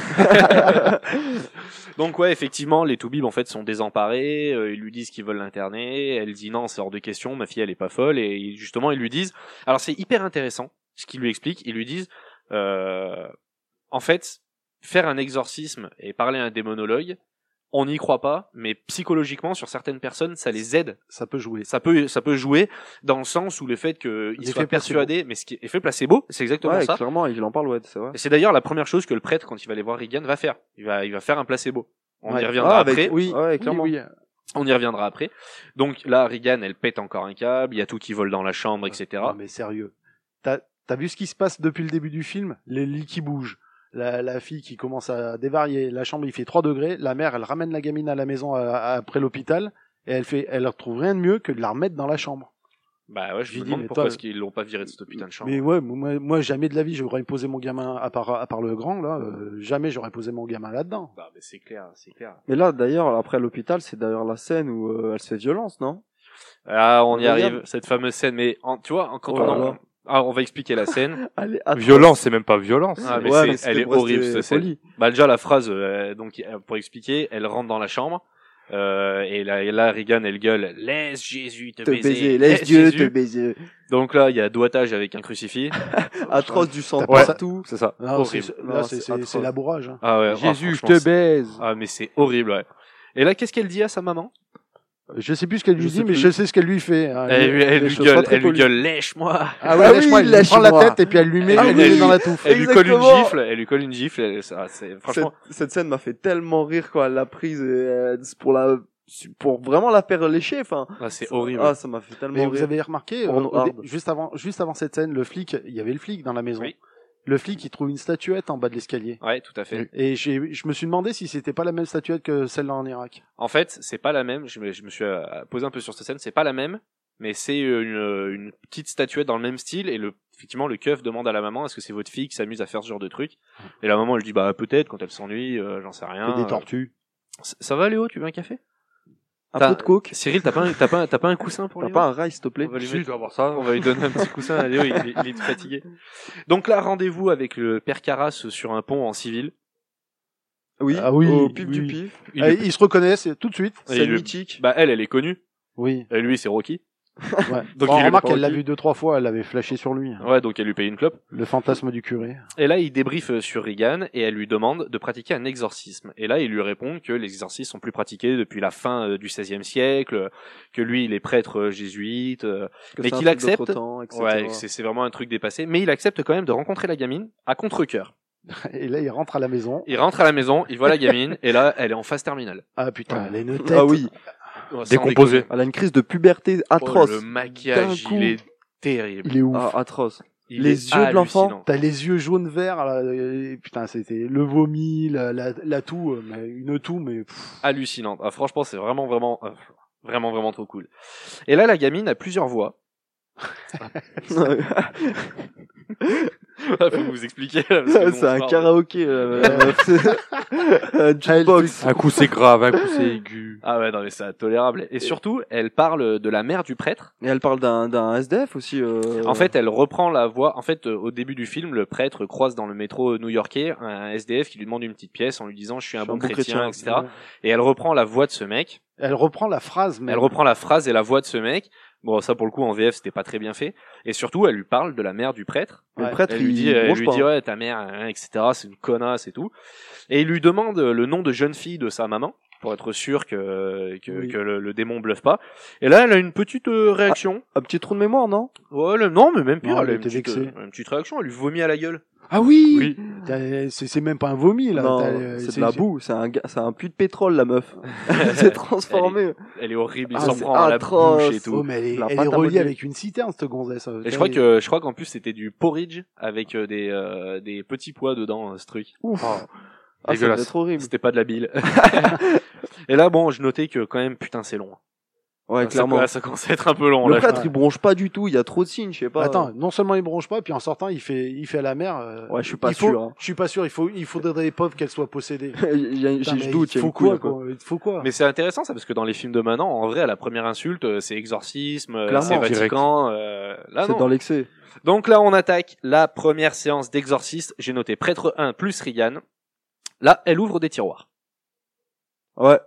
Donc, ouais, effectivement, les Toubibs, en fait, sont désemparés. euh, ils lui disent qu'ils veulent l'interner. Elle dit non, c'est hors de question. Ma fille, elle est pas folle. Et ils- justement, ils lui disent. Alors, c'est hyper intéressant ce qu'ils lui expliquent. Ils lui disent, euh, en fait, faire un exorcisme et parler à un démonologue, on n'y croit pas, mais psychologiquement, sur certaines personnes, ça les aide Ça peut jouer. ça peut ça peut jouer dans le sens où le fait qu'ils L'effet soient placebo. persuadés mais ce qui est effet placebo c'est exactement Ouais, ça clairement, il en parle, ouais, c'est vrai. et c'est d'ailleurs la première chose que le prêtre quand il va aller voir Regan va faire il va il va faire un placebo on y Ouais. reviendra Ah, avec- après Oui, ouais, Oui, clairement. oui. on y reviendra après donc là Regan elle pète encore un câble il y a tout qui vole dans la chambre etc Non, mais sérieux. T'as t'as vu ce qui se passe depuis le début du film Les lits qui bougent. La, la fille qui commence à dévarier. La chambre, il fait 3 degrés. La mère, elle ramène la gamine à la maison à- à- après l'hôpital. Et elle fait, elle retrouve rien de mieux que de la remettre dans la chambre. bah ouais je J'ai me dit, demande mais pourquoi toi- est-ce qu'ils l'ont pas viré de cette putain de chambre Mais ouais, moi, moi, jamais de la vie, j'aurais posé mon gamin, à part, à part le grand, là, euh, jamais j'aurais posé mon gamin là-dedans. Bah, mais c'est clair c'est clair Mais là, d'ailleurs, après l'hôpital, c'est d'ailleurs la scène où euh, elle se fait violence, non ah on y Regarde. arrive cette fameuse scène mais en- tu vois en- quand Oh on là en- là. Ah, on va expliquer la scène Elle est atroce. Violence, c'est même pas violence. Ah, mais Ouais, c'est- c'était elle est pour rester horrible cette scène poli. Bah déjà la phrase, euh, donc euh, pour expliquer, elle rentre dans la chambre euh, et là, et là Regan elle gueule laisse Jésus te, Te baiser, baiser, laisse Dieu te Jésus. baiser. Donc là il y a doigtage avec un crucifix. Atroce du sang T'as pas partout. C'est ça. Non, Horrible. Ah, c'est- Non, Là, c'est- c'est c'est atroce. c'est labourage. hein. Ah ouais, ah, Jésus, je franchement, te c'est- baise. Ah mais c'est horrible ouais. Et là qu'est-ce qu'elle dit à sa maman Je sais plus ce qu'elle Je lui sais dit, mais plus. je sais ce qu'elle lui fait. hein. Elle, lui- elle les lui choses gueule, pas très elle lui polies. gueule lèche-moi. Ah ouais, Ah oui, lâche-moi, elle lui prend la lâche-moi. tête et puis elle lui met, Ah elle lui oui. met dans la touffe. Elle lui colle une Exactement. gifle, elle lui colle une gifle. elle- ça, c'est franchement. Cette, cette scène m'a fait tellement rire quand elle l'a prise et, euh, c'est pour la pour vraiment la faire lécher enfin ah, c'est horrible. ah ça m'a fait tellement Mais rire vous avez remarqué, euh, On au harde. dé- juste avant, juste avant cette scène, le flic, il y avait le flic dans la maison. Oui. Le flic, il trouve une statuette en bas de l'escalier. Ouais, tout à fait. Et j'ai- je me suis demandé si c'était pas la même statuette que celle en Irak. En fait, c'est pas la même. Je me, je me suis euh, posé un peu sur cette scène. C'est pas la même, mais c'est une, euh, une petite statuette dans le même style. Et le, effectivement, le keuf demande à la maman est-ce que c'est votre fille qui s'amuse à faire ce genre de truc Et la maman, elle dit bah peut-être quand elle s'ennuie, euh, j'en sais rien. Et des tortues. Euh, ça- ça va, Léo Tu veux un café un T'as- peu de coke Cyril, t'as pas, un- t'as pas, un- t'as pas un coussin pour t'as Léo pas un rail s'il te plaît On va lui Si, mettre- il doit avoir ça. on va lui donner un petit coussin à Léo, il, est- il est fatigué. Donc là, rendez-vous avec le père Carras sur un pont en civil. oui, Ah oui, au pif du oui. pif Il Eh, est- Ils se reconnaissent tout de suite. Et il scène le- mythique Bah elle, elle est connue. Oui. Et lui, c'est Rocky. Ouais. Donc On il est remarque pas qu'elle l'a Rocky. vu deux trois fois, elle avait flashé sur lui. Ouais, donc elle lui paye une clope. Le fantasme du curé. Et là, il débriefe euh, sur Regan et elle lui demande de pratiquer un exorcisme. Et là, il lui répond que les exorcismes sont plus pratiqués depuis la fin euh, du XVIe siècle, euh, que lui, il est prêtre euh, jésuite. euh, que mais c'est un qu'il truc d'autre accepte. temps, etc. Ouais, c'est c'est vraiment un truc dépassé. Mais il accepte quand même de rencontrer la gamine à contre-cœur. Et là, il rentre à la maison. Il rentre à la maison, il voit la gamine et là, elle est en phase terminale. Ah putain, elle a une tête. ah oui Oh, sans Décomposé. elle a une crise de puberté déconner. Oh, atroce le maquillage, D'un coup. il est terrible. Il est ouf. Ah, atroce Il les est yeux de l'enfant. hallucinant. T'as les yeux jaune vert. Là, et putain, c'était le vomi, la, la, la toux, euh, mais une toux, mais pff, hallucinante. Ah, franchement, c'est vraiment, vraiment, euh, vraiment, vraiment trop cool. Et là, la gamine a plusieurs voix. Ah, faut vous expliquer. là, parce que nous, on C'est se un marre. karaoké. euh, Ah, euh, un jukebox. Un coup c'est grave, un coup c'est aigu. Ah ouais, non, mais c'est intolérable. Et surtout, elle parle de la mère du prêtre. Et elle parle d'un d'un SDF aussi. euh, En fait, elle reprend la voix. En fait, euh, au début du film, le prêtre croise dans le métro new-yorkais un SDF qui lui demande une petite pièce en lui disant je suis un, bon, chrétien, etc. Ouais. Et elle reprend la voix de ce mec. Elle reprend la phrase, mais Elle reprend la phrase et la voix de ce mec. Bon, ça pour le coup en VF c'était pas très bien fait. Et surtout, elle lui parle de la mère du prêtre. le ouais, prêtre, Elle lui il dit, elle bronche lui pas, dit hein. ouais ta mère, hein, etc. C'est une connasse et tout. Et il lui demande le nom de jeune fille de sa maman pour être sûr que que, Oui. que le, le démon bluffe pas. Et là, elle a une petite euh, réaction. Un petit trou de mémoire, non Ouais, le- non, mais même pire, Non, elle, elle a une était petite, vexée. euh, une petite réaction, elle lui vomit à la gueule. Ah oui, Oui. T'as- C'est c'est même pas un vomi là. Non, T'as, euh, c'est de la boue, c'est un, ga- c'est un puits de pétrole, la meuf. Elle s'est elle, transformée. est horrible, il Ah, s'en c'est prend à la atroce. bouche et Oh, tout. mais elle est, La elle est pâte à reliée modeler. avec une citerne cette gonzesse. euh, Et je crois que je crois qu'en plus c'était du porridge avec euh, des euh, des petits pois dedans euh, ce truc. Ouf. Ah, ça doit dégueulasse. être horrible. C'était pas de la bile. et là bon, je notais que quand même putain c'est long. hein. Ouais, Ça- clairement. ça, ça commence à être un peu long Le là. prêtre, ouais. il bronche pas du tout, il y a trop de signes, je sais pas. Attends, non seulement il bronche pas, puis en sortant il fait, il fait à la mer. euh, Ouais, je suis pas il faut- sûr. hein. Je suis pas sûr. Il faut, il faudrait des preuves qu'elle soit possédée. Il y a- Putain, j'ai- Je mais doute, Il il y a faut une couille, quoi, là, quoi. quoi Il faut quoi Mais c'est intéressant ça parce que dans les films de maintenant, en vrai, à la première insulte, euh, c'est exorcisme, euh, Clairement. c'est Vatican. euh, là C'est non. dans l'excès. Donc là, on attaque la première séance d'exorciste. J'ai noté prêtre 1 plus Rian. Là, elle ouvre des tiroirs. Ouais,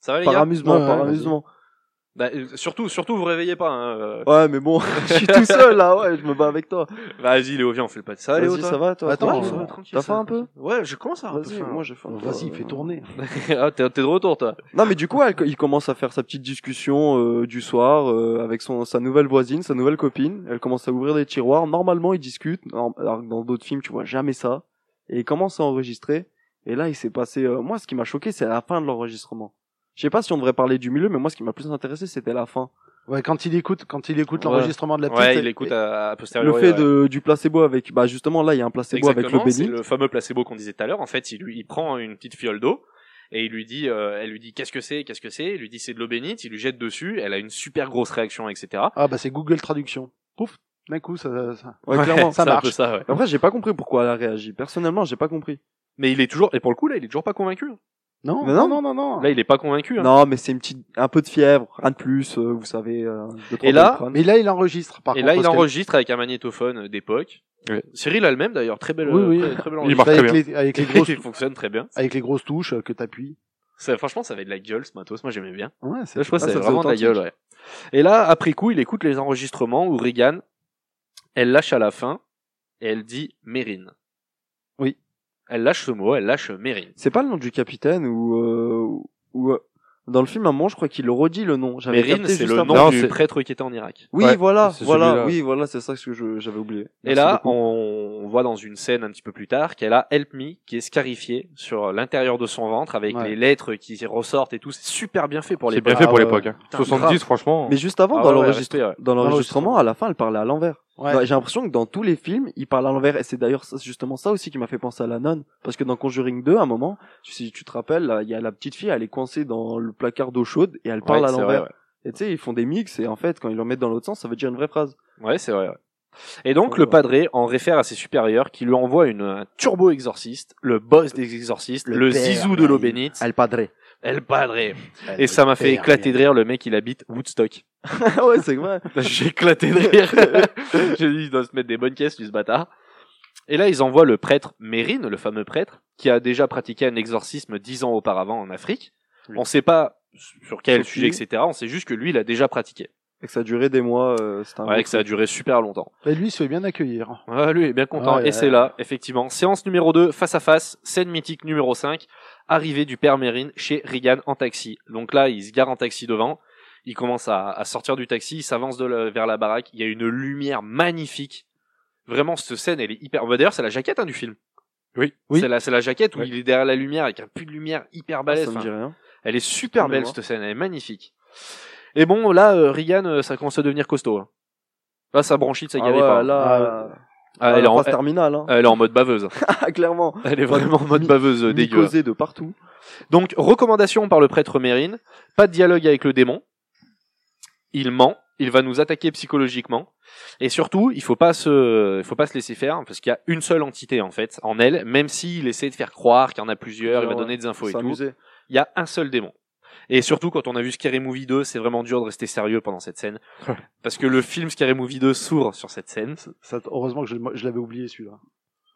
Ça va les par gars amusement, Ouais, par ouais, amusement. Bah, euh, Surtout, surtout, vous réveillez pas. Hein. euh. Ouais, mais bon, je suis tout seul là, ouais, je me bats avec toi. Vas-y, Léo, viens, on fait le pas de ça. Léo, Vas-y, toi ça va toi Attends, Tranquille, euh, ça va tranquille, T'as ça faim va, un peu Ouais, je commence à avoir un peu Vas-y, faim. moi j'ai faim. Euh, toi. Vas-y, fais tourner. ah, t'es t'es de retour, toi. Non, mais du coup, elle- il commence à faire sa petite discussion euh, du soir euh, avec son, sa nouvelle voisine, sa nouvelle copine. Elle commence à ouvrir des tiroirs. Normalement, ils discutent. Norm- alors que dans d'autres films, tu vois jamais ça. Et ils commencent à enregistrer. Et là, il s'est passé. euh, moi, ce qui m'a choqué, c'est la fin de l'enregistrement. Je sais pas si on devrait parler du milieu, mais moi, ce qui m'a plus intéressé, c'était la fin. Ouais, quand il écoute, quand il écoute Ouais. l'enregistrement de la petite. Ouais, il écoute à, à Le posteriori. fait Ah ouais. de, du placebo avec. Bah, justement, là, il y a un placebo avec le Exactement, c'est béni. le fameux placebo qu'on disait tout à l'heure. En fait, il, lui, il prend une petite fiole d'eau et il lui dit, euh, elle lui dit qu'est-ce que c'est, qu'est-ce que c'est. Il lui dit c'est de l'eau bénite. Il lui jette dessus. Elle a une super grosse réaction, etc. Ah bah c'est Google Traduction. Pouf, d'un coup ça. ça- Ouais, clairement. c'est ça un marche. peu ça, ouais. Après, j'ai pas compris pourquoi elle a réagi. Personnellement, j'ai pas compris. Mais il est toujours, et pour le coup là, il est toujours pas convaincu. hein. Non, Mais non. non, non, non, non. Là, il est pas convaincu. hein. Non, mais c'est une petite, un peu de fièvre, rien de plus, euh, vous savez. euh, deux, trois là, coups de crâne. Mais là il enregistre. Par et contre, là, il parce que- enregistre avec un magnétophone d'époque. Ouais. Cyril a le même d'ailleurs, très belle, Oui, oui. très, très belle Il enregistrement. marche très avec bien. les, avec les grosses, Il fonctionne très bien. avec les grosses touches euh, que t'appuies. Ça, franchement, ça avait de la gueule ce matos. Moi, j'aimais bien. Ouais, c'est Là, je crois que Ah, c'est ça faisait vraiment de la gueule, ouais. Et là, après coup, il écoute les enregistrements où Regan, elle lâche à la fin, et elle dit Mérine. Oui. Elle lâche ce mot, elle lâche Mérine. C'est pas le nom du capitaine ou euh, ou euh, dans le film à un moment je crois qu'il redit le nom. J'avais Mérine, capté c'est juste le avant. nom Non, du c'est- prêtre qui était en Irak. Oui, Ouais, voilà, c'est voilà, celui-là. oui, voilà, c'est ça que je- j'avais oublié. et Merci là, beaucoup. on, on voit dans une scène un petit peu plus tard qu'elle a Help Me qui est scarifiée sur l'intérieur de son ventre avec Ouais. les lettres qui ressortent et tout. C'est super bien fait pour les C'est bien fait pour l'époque. hein. 70, franchement. mais juste Ah avant Ah, dans l'enregistrement, dans l'enregistrement. l'enregistrement, à la fin, elle parlait à l'envers. Ouais. Bah, J'ai l'impression que dans tous les films, il parle à l'envers, et c'est d'ailleurs ça- justement ça aussi qui m'a fait penser à la nonne, parce que dans Conjuring 2, à un moment, si tu te rappelles, là, il y a la petite fille, elle est coincée dans le placard d'eau chaude et elle parle à l'envers. Et tu sais, ils font des mix et en fait, quand ils le mettent dans l'autre sens, ça veut dire une vraie phrase. Ouais, c'est vrai. ouais. Et donc, Ouais, le ouais. padré en réfère à ses supérieurs qui lui envoie une, un turbo exorciste, le boss des exorcistes, le, Le père, zizou de l'eau ouais. bénite, El Padre. El Padré. Et ça m'a fait éclater de rire, le mec, il habite Woodstock. ouais, c'est vrai. J'ai éclaté de rire. J'ai dit, il doit se mettre des bonnes caisses, lui, ce bâtard. Et là, ils envoient le prêtre Mérine, le fameux prêtre, qui a déjà pratiqué un exorcisme dix ans auparavant en Afrique. Oui. On sait pas sur quel Sur qui. sujet, etc. On sait juste que lui, il a déjà pratiqué. Et que ça a duré des mois, euh, c'était un Ouais, bon que ça a duré super longtemps. Bah, lui il se fait bien accueillir. Ouais, lui il est bien content. Ouais, et c'est ouais. là, effectivement. Séance numéro 2, face à face, scène mythique numéro 5, arrivée du père Mérine chez Regan en taxi. Donc là, il se gare en taxi devant, il commence à, à sortir du taxi, il s'avance de la- vers la baraque, il y a une lumière magnifique. Vraiment, cette scène, elle est hyper... Bah, D'ailleurs, c'est la jaquette hein, du film. Oui. C'est la, c'est la jaquette où Ouais. il est derrière la lumière avec un pull de lumière hyper coup. balèze. Ça me Enfin, dit rien. elle est super On va belle, voir. cette scène, elle est magnifique. Et bon, là, euh, Regan, euh, ça commence à devenir costaud. hein. Là, sa bronchite, ça y Ah avait ouais, pas. hein. là, Ah, elle, est en- passe terminale, hein. elle est en mode baveuse. Ah, clairement. Elle est vraiment en mode Mi- baveuse euh, dégueu. Mycosé de partout. Donc, recommandation par le prêtre Mérine, pas de dialogue avec le démon, il ment il va nous attaquer psychologiquement. Et surtout, il faut pas se, il faut pas se laisser faire, parce qu'il y a une seule entité, en fait, en elle, même s'il essaie de faire croire qu'il y en a plusieurs, il va Ouais, donner des infos et tout. S'amuser. Il y a un seul démon. Et surtout, quand on a vu Scary Movie 2, c'est vraiment dur de rester sérieux pendant cette scène. parce que le film Scary Movie 2 s'ouvre sur cette scène. Ça- ça- heureusement que je, je l'avais oublié celui-là.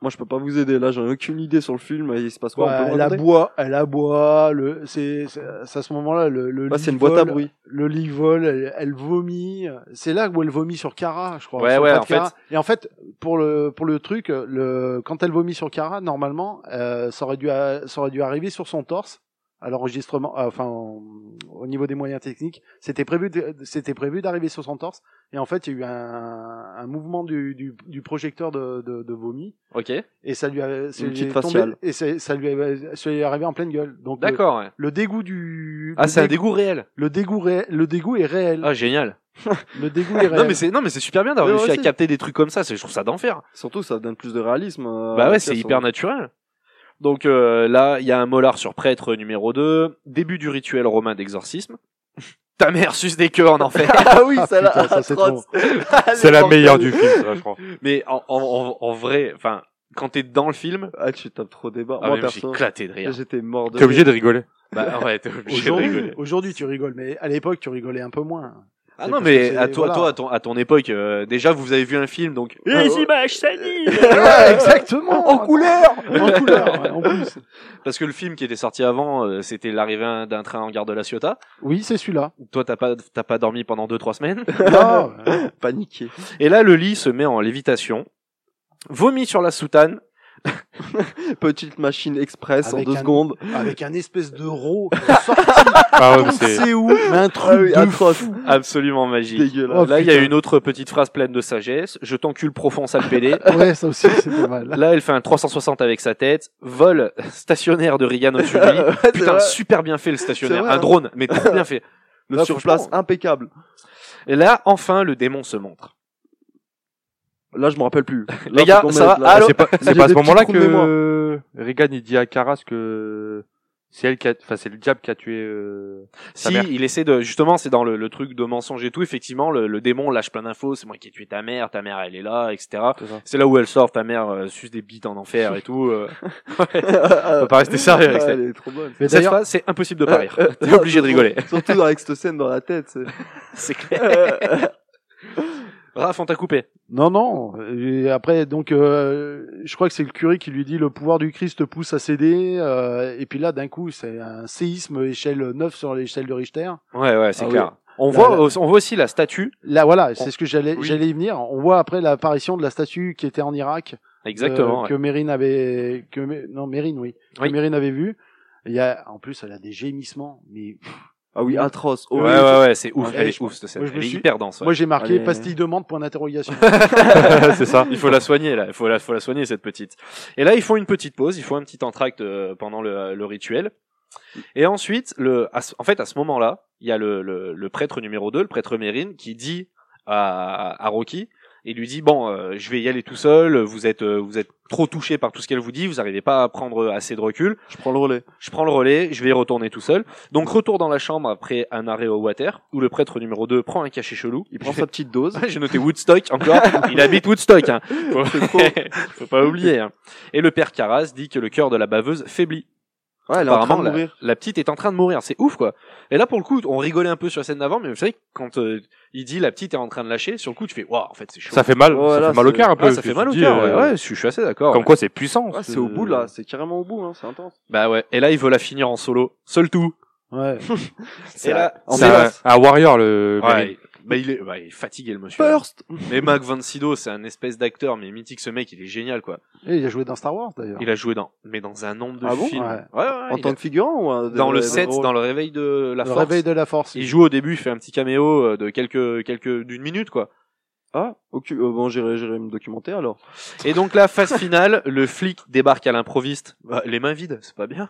Moi, je peux pas vous aider. Là, j'en ai aucune idée sur le film. Il se passe quoi Ouais, on peut me elle raconter aboie, elle aboie, le, c'est, c'est c'est à ce moment-là, le, le Bah, lit c'est une boîte à vole, bruit. Le lit vole, elle, elle vomit. C'est là où elle vomit sur Kara, je crois. Ouais, sur ouais, Pat en Kara. Et en fait, pour le, pour le truc, le, quand elle vomit sur Kara, normalement, euh, ça aurait dû, a- ça aurait dû arriver sur son torse. À l'enregistrement, euh, enfin, en- au niveau des moyens techniques, c'était prévu, de- c'était prévu d'arriver sur son torse. Et en fait, il y a eu un, un mouvement du, du, du projecteur de, de, de vomi Ok. et ça lui a ça Une lui est petite faciale. et ça, ça lui est, ça lui est arrivé en pleine gueule. Donc le, D'accord. ouais. le dégoût du Ah, le c'est un dégoût réel. le dégoût ré- le dégoût est réel. Ah, génial. Le dégoût est réel. Non mais c'est non mais c'est super bien d'avoir Ouais, réussi à ouais, c'est- capter des trucs comme ça, c'est je trouve ça d'enfer. Surtout, ça donne plus de réalisme. Bah euh, ouais, avec c'est ça, hyper ça- naturel. Donc euh, là, il y a un molar sur prêtre numéro 2, début du rituel romain d'exorcisme. Ta mère suce des queues en enfer. Ah oui, ça Putain, là, ça, c'est trop. C'est la meilleure du film, ça, je crois. mais en, en, en, en vrai, enfin, quand t'es dans le film, Ah, tu tapes trop des barres. ah, Moi, mais j'ai perso, éclaté de rire. j'étais mort de. T'es obligé de rigoler. Bah ouais, t'es obligé de Aujourd'hui, rigoler. aujourd'hui tu rigoles, mais à l'époque tu rigolais un peu moins. Ah c'est non parce que mais c'est- à toi, voilà. toi à ton, à ton époque, euh, déjà vous avez vu un film donc Les images salies. exactement. en couleur, en couleur, ouais, en plus. Parce que le film qui était sorti avant, euh, c'était l'arrivée d'un train en gare de La Ciotat. Oui, c'est celui-là. Toi t'as pas t'as pas dormi pendant deux trois semaines. Non, euh, paniquer. Et là, le lit se met en lévitation, vomit sur la soutane. Petite machine express Avec en deux un- secondes. avec un espèce de rot sorti Ah ouais, on mais c'est. sait où, mais un truc Ah oui, de atroce. fou. Absolument magique. Dégueulasse. là, il y a Putain. une autre petite phrase pleine de sagesse. Je t'encule profond, sale pédé. ah. Ouais, ça aussi c'est pas mal. Là, elle fait un 360 avec sa tête. Vol stationnaire de Rihanna au-dessus de lui. Ouais, c'est Putain, vrai. super bien fait le stationnaire. C'est vrai, un hein. drone, mais trop bien fait. Le là, surplace franchement. impeccable. Et là, enfin, le démon se montre. Là, je me rappelle plus. Là, Les gars, faut qu'on ça va m'aide, là. Allô C'est pas, c'est J'ai pas à ce des petits moment-là trous de que Regan il dit à Karas que c'est elle qui a, enfin c'est le diable qui a tué. euh, Si, mère. il essaie de, justement, c'est dans le, le truc de mensonge et tout. Effectivement, le, le démon lâche plein d'infos. C'est moi qui ai tué ta mère. Ta mère, elle est là, etc. C'est ça. C'est là où elle sort. Ta mère euh, suce des bites en enfer et tout. euh. Ouais. On peut pas rester sérieux avec ça. Ah, Elle est trop bonne. Mais Cette d'ailleurs- phrase, c'est impossible de pas rire. Euh, T'es obligé de rigoler. Surtout avec cette scène dans la tête. c'est- C'est clair. Raph, on t'a coupé. Non, non. Et après, donc, euh, je crois que c'est le curé qui lui dit le pouvoir du Christ pousse à céder. euh, et puis là, d'un coup, c'est un séisme échelle 9 sur l'échelle de Richter. Ouais, ouais, c'est Ah clair. On, Là, voit, là. aussi- on voit aussi la statue. Là, voilà, On- c'est ce que j'allais, oui. j'allais y venir. On voit après l'apparition de la statue qui était en Irak, Exactement. euh, que Mérine avait, que Mé- non Mérine, oui, Oui. que Mérine avait vu. Il y a, en plus, elle a des gémissements. Mais Ah oui, atroce. ouais, horrible. ouais, ouais, ouais, c'est ouf. Ouais, elle est je- ouf, cette scène. moi, je me Elle est suis- hyper dense. ouais. moi, j'ai marqué Allez. pastille demande point d'interrogation. c'est ça. Il faut la soigner, là. Il faut la, faut la soigner, cette petite. Et là, ils font une petite pause. Ils font un petit entracte euh, pendant le, le rituel. Et ensuite, le, à ce- en fait, à ce moment-là, il y a le, le, le prêtre numéro 2, le prêtre Mérine, qui dit à, à Rocky, et lui dit bon, euh, je vais y aller tout seul. Vous êtes, euh, vous êtes trop touché par tout ce qu'elle vous dit. Vous n'arrivez pas à prendre assez de recul. Je prends le relais. Je prends le relais, je vais y retourner tout seul. Donc retour dans la chambre après un arrêt au water où le prêtre numéro 2 prend un cachet chelou. Il prend sa petite dose. J'ai noté Woodstock encore. Il habite Woodstock. Hein. Faut... Faut pas oublier. hein. Et le père Carras dit que le cœur de la baveuse faiblit. Ouais, elle est en train Apparemment, de la, mourir. la petite est en train de mourir. C'est ouf quoi. Et là pour le coup, on rigolait un peu sur la scène d'avant, mais vous savez quand euh, il dit la petite est en train de lâcher, sur le coup tu fais waouh en fait c'est chaud. Ça fait mal, Voilà, ça fait mal au c'est- cœur un peu. Ah, ça tu fait te mal au dis, cœur. euh, Ouais, ouais, je, suis- je suis assez d'accord. Comme ouais. quoi c'est puissant. Ouais, Ah, c'est au bout là, c'est carrément au bout, hein, c'est intense. Bah ouais. Et là il veut la finir en solo, seul tout. ouais. Et là, en C'est un, un warrior le. Merlin. Ouais, bah, il est, bah, il est fatigué le monsieur. First. Mais Mac Vancido, c'est un espèce d'acteur, mais mythique ce mec, il est génial quoi. Et il a joué dans Star Wars d'ailleurs. Il a joué dans, mais dans un nombre de Ah bon films. Ouais. Ouais, ouais, ouais, En il tant a- que figurant ou un- Oh, dans un- le un 7, rôle dans le réveil de la Le force. réveil de la force. Il joue au début, il fait un petit caméo euh, de quelques, quelques, d'une minute quoi. Ah, ok, euh, bon, j'irai, j'irai me documenter alors. Et donc la phase finale, le flic débarque à l'improviste, Bah, les mains vides, c'est pas bien.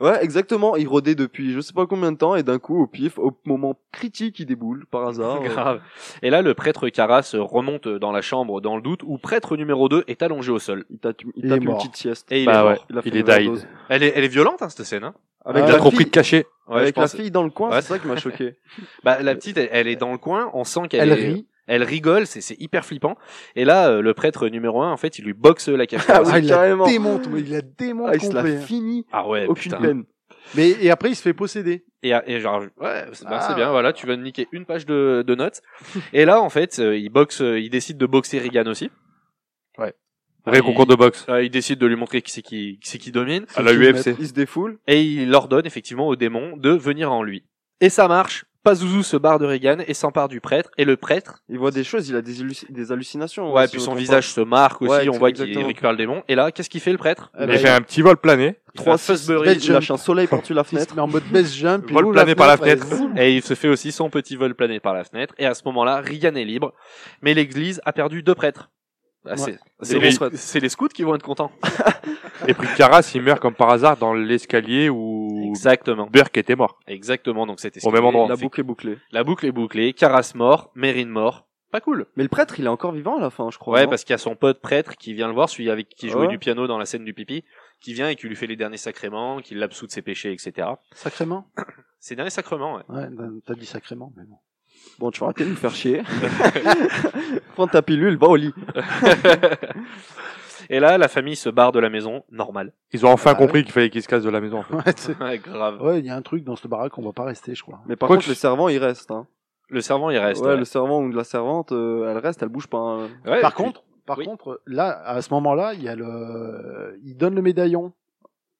Ouais, exactement, il rodait depuis je sais pas combien de temps et d'un coup, au pif, au moment critique, il déboule par hasard. euh. Grave. Et là, le prêtre Carras remonte dans la chambre dans le doute où prêtre numéro 2 est allongé au sol. Il tape, il Il tape est une mort. petite sieste. Et il Bah est mort. ouais. Il a fait Il est une vraie died. dose. Elle est, elle est violente hein, cette scène. Hein. Avec Ah, la trop pris fille, de cachet. Ouais, je avec la pense. fille dans le coin, Ouais. c'est ça qui m'a choqué. Bah, la petite, elle, elle est dans le coin, on sent qu'elle Elle est- rit. elle rigole, c'est c'est hyper flippant. Et là, euh, le prêtre numéro un, en fait, il lui boxe la cafetière. Ah oui, Ah, il la carrément. démonte, mais il la démonte Ah, il se complet. l'a fini. Ah ouais, Aucune putain. peine. Mais et après il se fait posséder. Et, et genre, ouais, c'est bah, Ah. c'est bien, voilà, tu vas me niquer une page de, de notes. et là, en fait, euh, il boxe, euh, il décide de boxer Regan aussi. Vrai Il- concours de boxe. Euh, il décide de lui montrer qui c'est qui, qui c'est qui domine. À la UFC. Il se défoule. Et il ordonne effectivement au démon de venir en lui. Et ça marche. Pazuzu se barre de Regan et s'empare du prêtre. Et le prêtre, Il voit des choses, il a des, halluc- des hallucinations. ouais, hein, si puis je son me trompe visage se marque aussi. Ouais, on voit qu'il exactement. récupère le démon. Et là, qu'est-ce qu'il fait le prêtre Eh ben, Il fait un petit vol plané. Il fait Trois un pas. Fuzzberry. Il lâche un soleil par-dessus la il se fenêtre. met en mode baisse jump. puis Vol ouvre plané par la fenêtre. elle est- Et il se fait aussi son petit vol plané par la fenêtre. Et à ce moment-là, Regan est libre. Mais l'église a perdu deux prêtres. Bah, Ouais. c'est- C'est bons les, prêtres. c'est les scouts qui vont être contents. Et puis Caras, il meurt comme par hasard dans l'escalier où Exactement. Burke était mort. Exactement. Donc c'était Au même endroit. La, La boucle est bouclée. la boucle est bouclée. Caras mort, Mérine mort. Pas cool. Mais le prêtre, il est encore vivant à la fin, je crois. Ouais, non parce qu'il y a son pote prêtre qui vient le voir, celui avec qui jouait Ouais. du piano dans la scène du pipi, qui vient et qui lui fait les derniers sacrements, qui l'absout de ses péchés, etc. Sacrément. Ces derniers sacrements, ouais. Ouais, t'as dit sacrément, mais bon. Bon, tu vas arrêter de nous faire chier. Prends ta pilule, va au lit. Et là, la famille se barre de la maison, normal. Ils ont enfin Ah, compris qu'il fallait qu'ils se cassent de la maison. en fait. Ouais, c'est- Ouais, grave. ouais, il y a un truc dans ce baraque, on va pas rester, je crois. Mais par Quoi contre, que- le servant, il reste. Hein. Le servant, il reste. ouais, ouais. le servant ou de la servante, euh, elle reste, elle bouge pas. hein. Ouais, Par puis, contre, par oui. contre, là, à ce moment-là, il y a le, il donne le médaillon.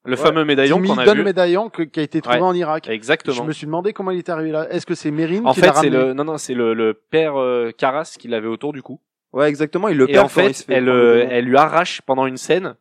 le fameux médaillon Timmy qu'on a donne vu. le médaillon que- qui a été trouvé Ouais. en Irak. Je Exactement. me suis demandé comment il est arrivé là. Est-ce que c'est Mérine En qui l'a fait, c'est ramené le non non, c'est le, le père euh, Caras qui l'avait autour du cou. Ouais, exactement, il le Et perd en quand il se fait, fait elle prendre le euh, démon. elle lui arrache pendant une scène.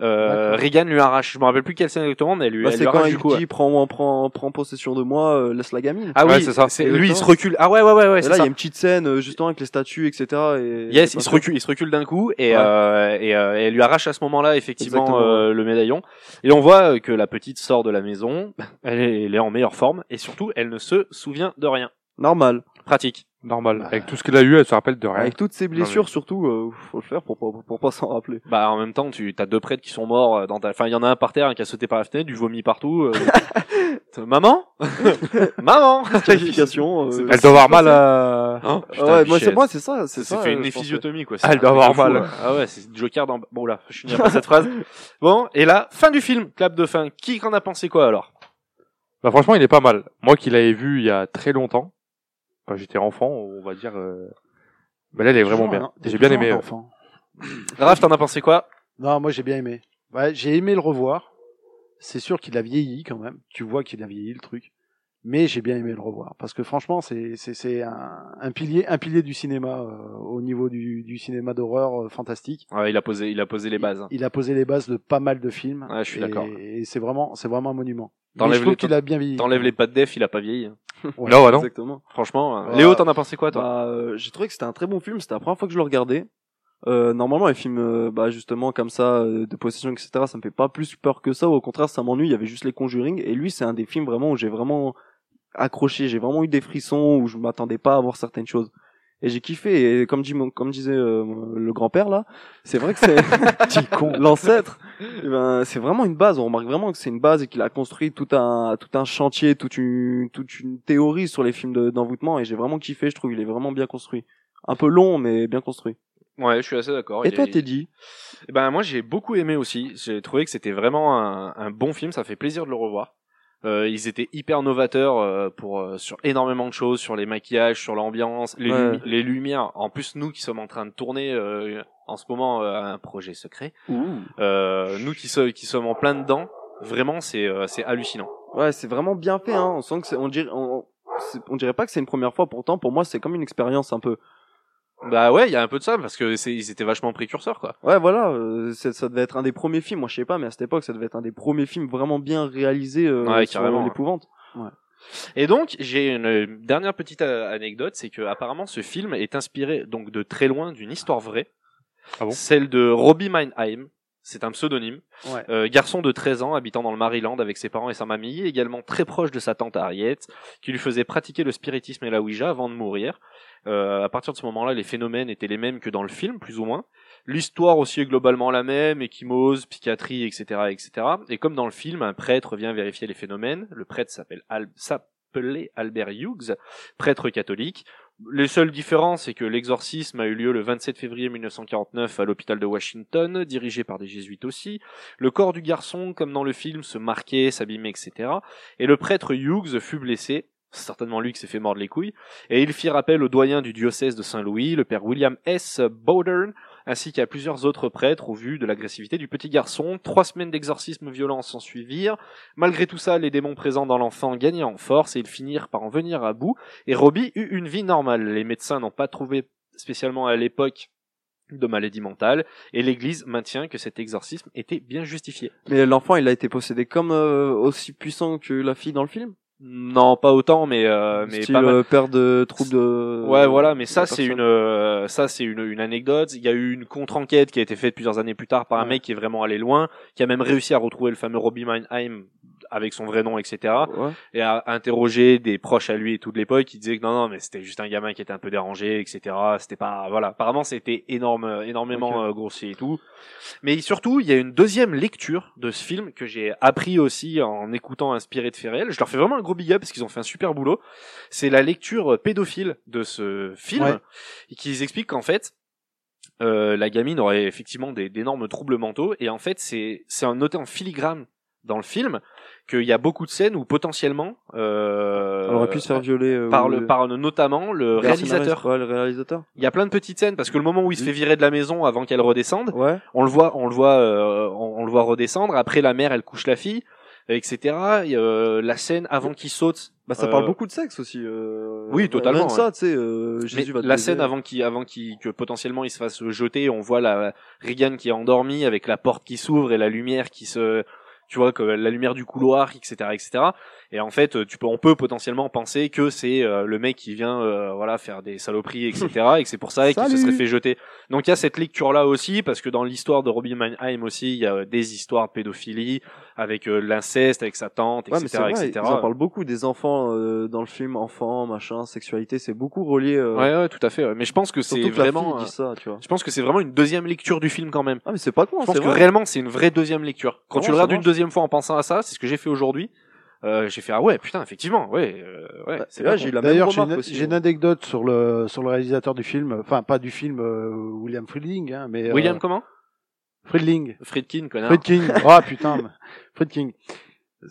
Euh, D'accord. Regan lui arrache. Je me rappelle plus quelle scène exactement, mais elle lui, Bah, elle c'est lui quand arrache il du cou. ouais. dit prends, prends, prends possession de moi, euh, laisse la gamine. Ah oui, Ouais, c'est ça. c'est- lui, il se Exactement. recule. Ah ouais ouais ouais ouais. et c'est là, il y ça. a une petite scène euh, justement avec les statues, etc. Et Yes, c'est il se pas ça. recule, il se recule d'un coup et, Ouais. euh, et, euh, et elle lui arrache à ce moment-là effectivement Exactement. euh, le médaillon. Et on voit euh, que la petite sort de la maison, elle est, elle est en meilleure forme et surtout elle ne se souvient de rien. Normal. Pratique. Normal. Bah. Avec tout ce qu'il a eu, elle se rappelle de rien. Avec toutes ces blessures, surtout, euh, faut le faire pour pas, pour pas s'en rappeler. Bah en même temps, tu as deux prêtres qui sont morts euh, dans ta enfin il y en a un par terre, un qui a sauté par la fenêtre, du vomi partout. euh, euh, Maman Maman Qualification. euh, Elle doit avoir mal à... Hein Ah Putain, ouais, moi, Michel. c'est moi, c'est ça, c'est Ça s'est ça. fait une euh, je pense que- éphysiotomie quoi. Elle C'est doit un truc avoir de fou, mal. ouais. Ah ouais, c'est Joker dans Bon là, je finirai pas cette phrase. Bon, et là, fin du film, clap de fin. Qui en a pensé quoi alors Bah franchement, il est pas mal. Moi qui l'avais vu il y a très longtemps, quand j'étais enfant, on va dire. euh, Bah là, il est vraiment Toujours, bien. hein. J'ai T'es bien toujours aimé. un euh, enfant. Raph, t'en as pensé quoi Non, moi j'ai bien aimé. Ouais, j'ai aimé le revoir. C'est sûr qu'il a vieilli quand même. Tu vois qu'il a vieilli le truc. Mais j'ai bien aimé le revoir parce que franchement, c'est c'est c'est un, un pilier un pilier du cinéma euh, au niveau du, du cinéma d'horreur euh, fantastique. Ouais, il a posé, il a posé les bases. hein. Il, il a posé les bases de pas mal de films. Ouais, je suis Et- d'accord. Et c'est vraiment c'est vraiment un monument. Mais T'enlèves je trouve les- qu'il a bien vieilli. T'enlèves les pas de def, il a pas vieilli. hein. Ouais. euh. Ah Non, ouais, non. Exactement. Franchement, euh, Ouais. Léo, t'en as pensé quoi, toi Bah, euh, j'ai trouvé que c'était un très bon film. C'était la première fois que je le regardais. Euh, normalement, les films, euh, bah, justement, comme ça, euh, de possession, etc., ça me fait pas plus peur que ça. Au contraire, ça m'ennuie. Il y avait juste les Conjuring. Et lui, c'est un des films vraiment où j'ai vraiment accroché. J'ai vraiment eu des frissons où je m'attendais pas à voir certaines choses. Et j'ai kiffé. Et comme, dit mon- comme disait euh, le grand-père, là, c'est vrai que c'est petits cons. l'ancêtre. eh ben, c'est vraiment une base. On remarque vraiment que c'est une base et qu'il a construit tout un tout un chantier, toute une toute une théorie sur les films de- d'envoûtement. et j'ai vraiment kiffé. Je trouve il est vraiment bien construit. Un peu long, mais bien construit. Ouais, je suis assez d'accord. et Il toi, est- t'es dit Eh Ben moi, j'ai beaucoup aimé aussi. J'ai trouvé que c'était vraiment un, un bon film. Ça fait plaisir de le revoir. Euh, ils étaient hyper novateurs euh, pour euh, sur énormément de choses, sur les maquillages, sur l'ambiance, les, Ouais. lumi- les lumières. En plus, nous qui sommes en train de tourner euh, en ce moment euh, un projet secret, euh, nous qui, so- qui sommes en plein dedans, vraiment, c'est euh, c'est hallucinant. Ouais, c'est vraiment bien fait. Hein. On sent que c'est, on dirait on, c'est- on dirait pas que c'est une première fois. Pourtant, pour moi, c'est comme une expérience un peu. Bah ouais, il y a un peu de ça parce que c'est ils étaient vachement précurseurs quoi. Ouais, voilà. euh, c'est- ça devait être un des premiers films. Moi, je sais pas, mais à cette époque, ça devait être un des premiers films vraiment bien réalisés euh, Ouais, sur carrément, l'épouvante. Et donc, j'ai une dernière petite euh, anecdote, c'est que apparemment ce film est inspiré donc de très loin d'une histoire vraie. Ah bon Celle de Robbie Meinheim, c'est un pseudonyme, Ouais. Euh, garçon de 13 ans habitant dans le Maryland avec ses parents et sa mamie, également très proche de sa tante Harriet, qui lui faisait pratiquer le spiritisme et la Ouija avant de mourir. Euh, à partir de ce moment-là, les phénomènes étaient les mêmes que dans le film, plus ou moins. L'histoire aussi est globalement la même, échymose, psychiatrie, etc., etc. Et comme dans le film, un prêtre vient vérifier les phénomènes. Le prêtre s'appelle Al- s'appelait Albert Hughes, prêtre catholique. Les seules différences, c'est que l'exorcisme a eu lieu le 27 février 1949 à l'hôpital de Washington, dirigé par des jésuites aussi. Le corps du garçon, comme dans le film, se marquait, s'abîmait, etc. Et le prêtre Hughes fut blessé. C'est certainement lui qui s'est fait mordre les couilles. Et il fit appel au doyen du diocèse de Saint-Louis, le père William S. Bowdern, ainsi qu'à plusieurs autres prêtres au vu de l'agressivité du petit garçon. Trois semaines d'exorcisme violent s'en suivirent. Malgré tout ça, les démons présents dans l'enfant gagnaient en force et ils finirent par en venir à bout. Et Robbie eut une vie normale. Les médecins n'ont pas trouvé spécialement à l'époque de maladie mentale et l'église maintient que cet exorcisme était bien justifié. Mais l'enfant, il a été possédé comme euh, aussi puissant que la fille dans le film. Non, pas autant, mais euh, mais Style, pas mal. euh, père de troubles de. Ouais, voilà, mais de ça la c'est personne. une euh, ça c'est une, une anecdote. Il y a eu une contre-enquête qui a été faite plusieurs années plus tard par un Ouais. mec qui est vraiment allé loin, qui a même réussi à retrouver le fameux Robbie Meinheim avec son vrai nom, etc. Ouais. Et à interroger des proches à lui et tout de l'époque, qui disaient que non, non, mais c'était juste un gamin qui était un peu dérangé, etc. C'était pas voilà. Apparemment, c'était énorme, énormément Ok. euh, grossier et tout. Mais surtout, il y a une deuxième lecture de ce film que j'ai appris aussi en écoutant Inspiré de faits réels. Je leur fais vraiment un gros big up parce qu'ils ont fait un super boulot. C'est la lecture pédophile de ce film Ouais. et qu'ils expliquent qu'en fait, euh, la gamine aurait effectivement des d'énormes troubles mentaux et en fait, c'est c'est un- noté en filigrane dans le film qu'il y a beaucoup de scènes où potentiellement euh, Elle aurait pu se faire violer. euh, par ou- le par notamment le par le scénariste, réalisateur. Ouais, le réalisateur. Il y a plein de petites scènes parce que le moment où il se fait virer de la maison avant qu'elle redescende, Ouais. on le voit, on le voit, euh, on, on le voit redescendre. Après, la mère, elle couche la fille, etc. Et, euh, la scène avant qu'il saute. Bah, ça euh, parle beaucoup de sexe aussi. euh, oui, même totalement, ça, tu sais, euh, Mais Jésus va te la baiser. scène avant qu'il, avant qu'il, que potentiellement il se fasse jeter, on voit la Regan qui est endormie avec la porte qui s'ouvre et la lumière qui se, tu vois, que la lumière du couloir, etc., etc. Et en fait, tu peux, on peut potentiellement penser que c'est euh, le mec qui vient, euh, voilà, faire des saloperies, etc., et que c'est pour ça et qu'il se Salut serait fait jeter. Donc il y a cette lecture là aussi, parce que dans l'histoire de Robbie Mannheim aussi, il y a euh, des histoires de pédophilie avec euh, l'inceste, avec sa tante, Ouais, etc., mais c'est vrai, etc. Ils en parlent beaucoup des enfants euh, dans le film, enfants, machin, sexualité, c'est beaucoup relié. euh, Ouais, ouais, tout à fait. ouais. Mais je pense que surtout c'est que la fille vraiment. euh, dit ça, tu vois. Je pense que c'est vraiment une deuxième lecture du film quand même. Ah, mais c'est pas con, Je c'est pense que vrai. réellement c'est une vraie deuxième lecture. Quand Ah tu ouais, le ça regardes une marche. deuxième fois en pensant à ça, c'est ce que j'ai fait aujourd'hui. Euh, j'ai fait ah ouais putain effectivement ouais euh, ouais Bah, Ouais, c'est là, pas j'ai con. eu la même D'ailleurs, j'ai remarque une, aussi. j'ai une anecdote sur le sur le réalisateur du film, enfin pas du film euh, William Friedling, hein, mais euh, William comment Friedling, Friedkin connard. Friedking. Ah putain, mais- Friedking.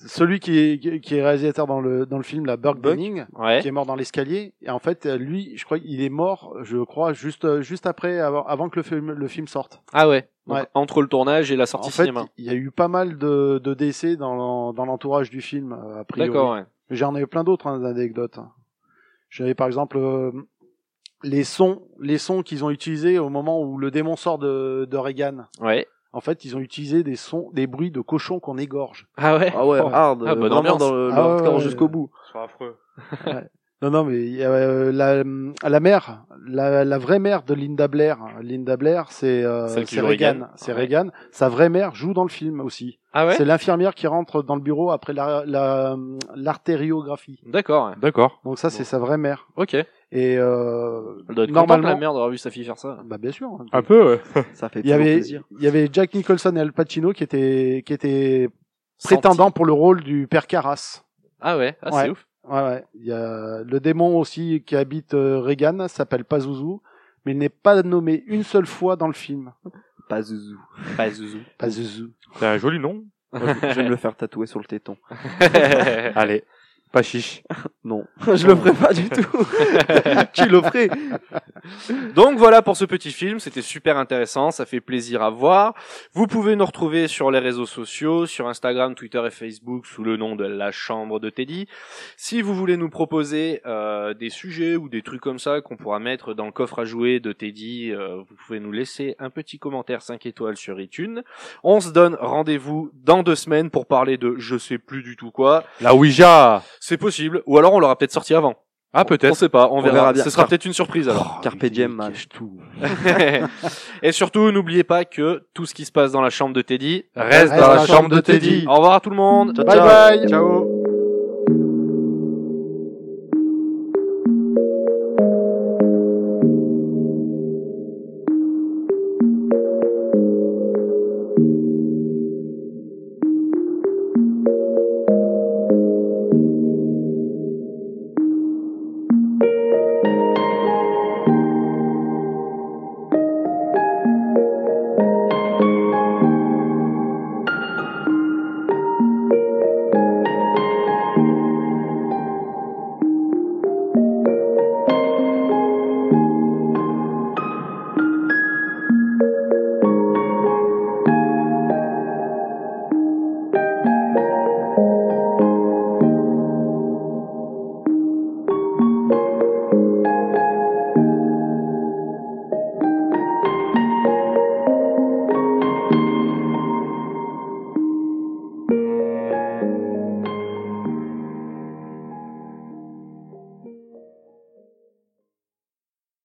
Celui qui est, qui est- qui est réalisateur dans le dans le film, la Burke Buck. Benning, Ouais. qui est mort dans l'escalier. Et en fait, euh, lui, je crois, il est mort, je crois, juste euh, juste après, avant, avant que le film le film sorte. Ah ouais. Donc, Ouais. Entre le tournage et la sortie Bah, en fait, cinéma. il y a eu pas mal de, de décès dans, l'en- dans l'entourage du film, euh, a priori. D'accord ouais. J'en ai plein d'autres hein, d'anecdotes. J'avais par exemple euh, les sons, les sons qu'ils ont utilisés au moment où le démon sort de, de Reagan. Ouais. En fait, ils ont utilisé des sons, des bruits de cochons qu'on égorge. Ah ouais. Ah ouais, Oh. hard, Ah, bonne euh, vraiment ambiance. dans le, le Ah ouais, hardcore ouais, jusqu'au ouais. bout. C'est affreux. Non, non, mais il y a, euh, la, la mère, la, la vraie mère de Linda Blair. hein. Linda Blair, c'est euh, Celle qui c'est joue Reagan. Reagan. C'est Ouais. Reagan. Sa vraie mère joue dans le film aussi. Ah ouais. c'est l'infirmière qui rentre dans le bureau après la- la- l'artériographie. D'accord. ouais. D'accord. Donc ça, c'est Bon. sa vraie mère. Ok. Et euh, Elle doit être contente Normalement- la merde d'avoir vu sa fille faire ça. bah bien sûr. Un peu, ouais. Ça fait Il y avait plaisir. il y avait Jack Nicholson et Al Pacino qui étaient qui étaient prétendants pour le rôle du père Carras. Ah ouais. Ah c'est Ouais. ouf. Ouais, ouais. Il y a le démon aussi qui habite euh, Reagan, s'appelle Pazuzu, mais il n'est pas nommé une seule fois dans le film. Pas zouzou. Pas zouzou. Pazuzu. C'est un joli nom. Moi, je je vais me le faire tatouer sur le téton. Allez. Pas chiche. Non, je le ferai pas du tout. Qui le ferait Donc voilà pour ce petit film, c'était super intéressant, ça fait plaisir à voir. Vous pouvez nous retrouver sur les réseaux sociaux, sur Instagram, Twitter et Facebook sous le nom de La Chambre de Teddy. Si vous voulez nous proposer euh, des sujets ou des trucs comme ça qu'on pourra mettre dans le coffre à jouer de Teddy, euh, vous pouvez nous laisser un petit commentaire 5 étoiles sur iTunes. On se donne rendez-vous dans deux semaines pour parler de je sais plus du tout quoi. La Ouija. C'est possible, ou alors on l'aura peut-être sorti avant. Ah, On peut-être. sait pas, on, verra. verra bien. Ce sera Car- peut-être une surprise alors. Oh, Carpe diem, man. Et surtout, n'oubliez pas que tout ce qui se passe dans la chambre de Teddy Reste dans la chambre de Teddy. Au revoir tout le monde. Bye bye. Ciao.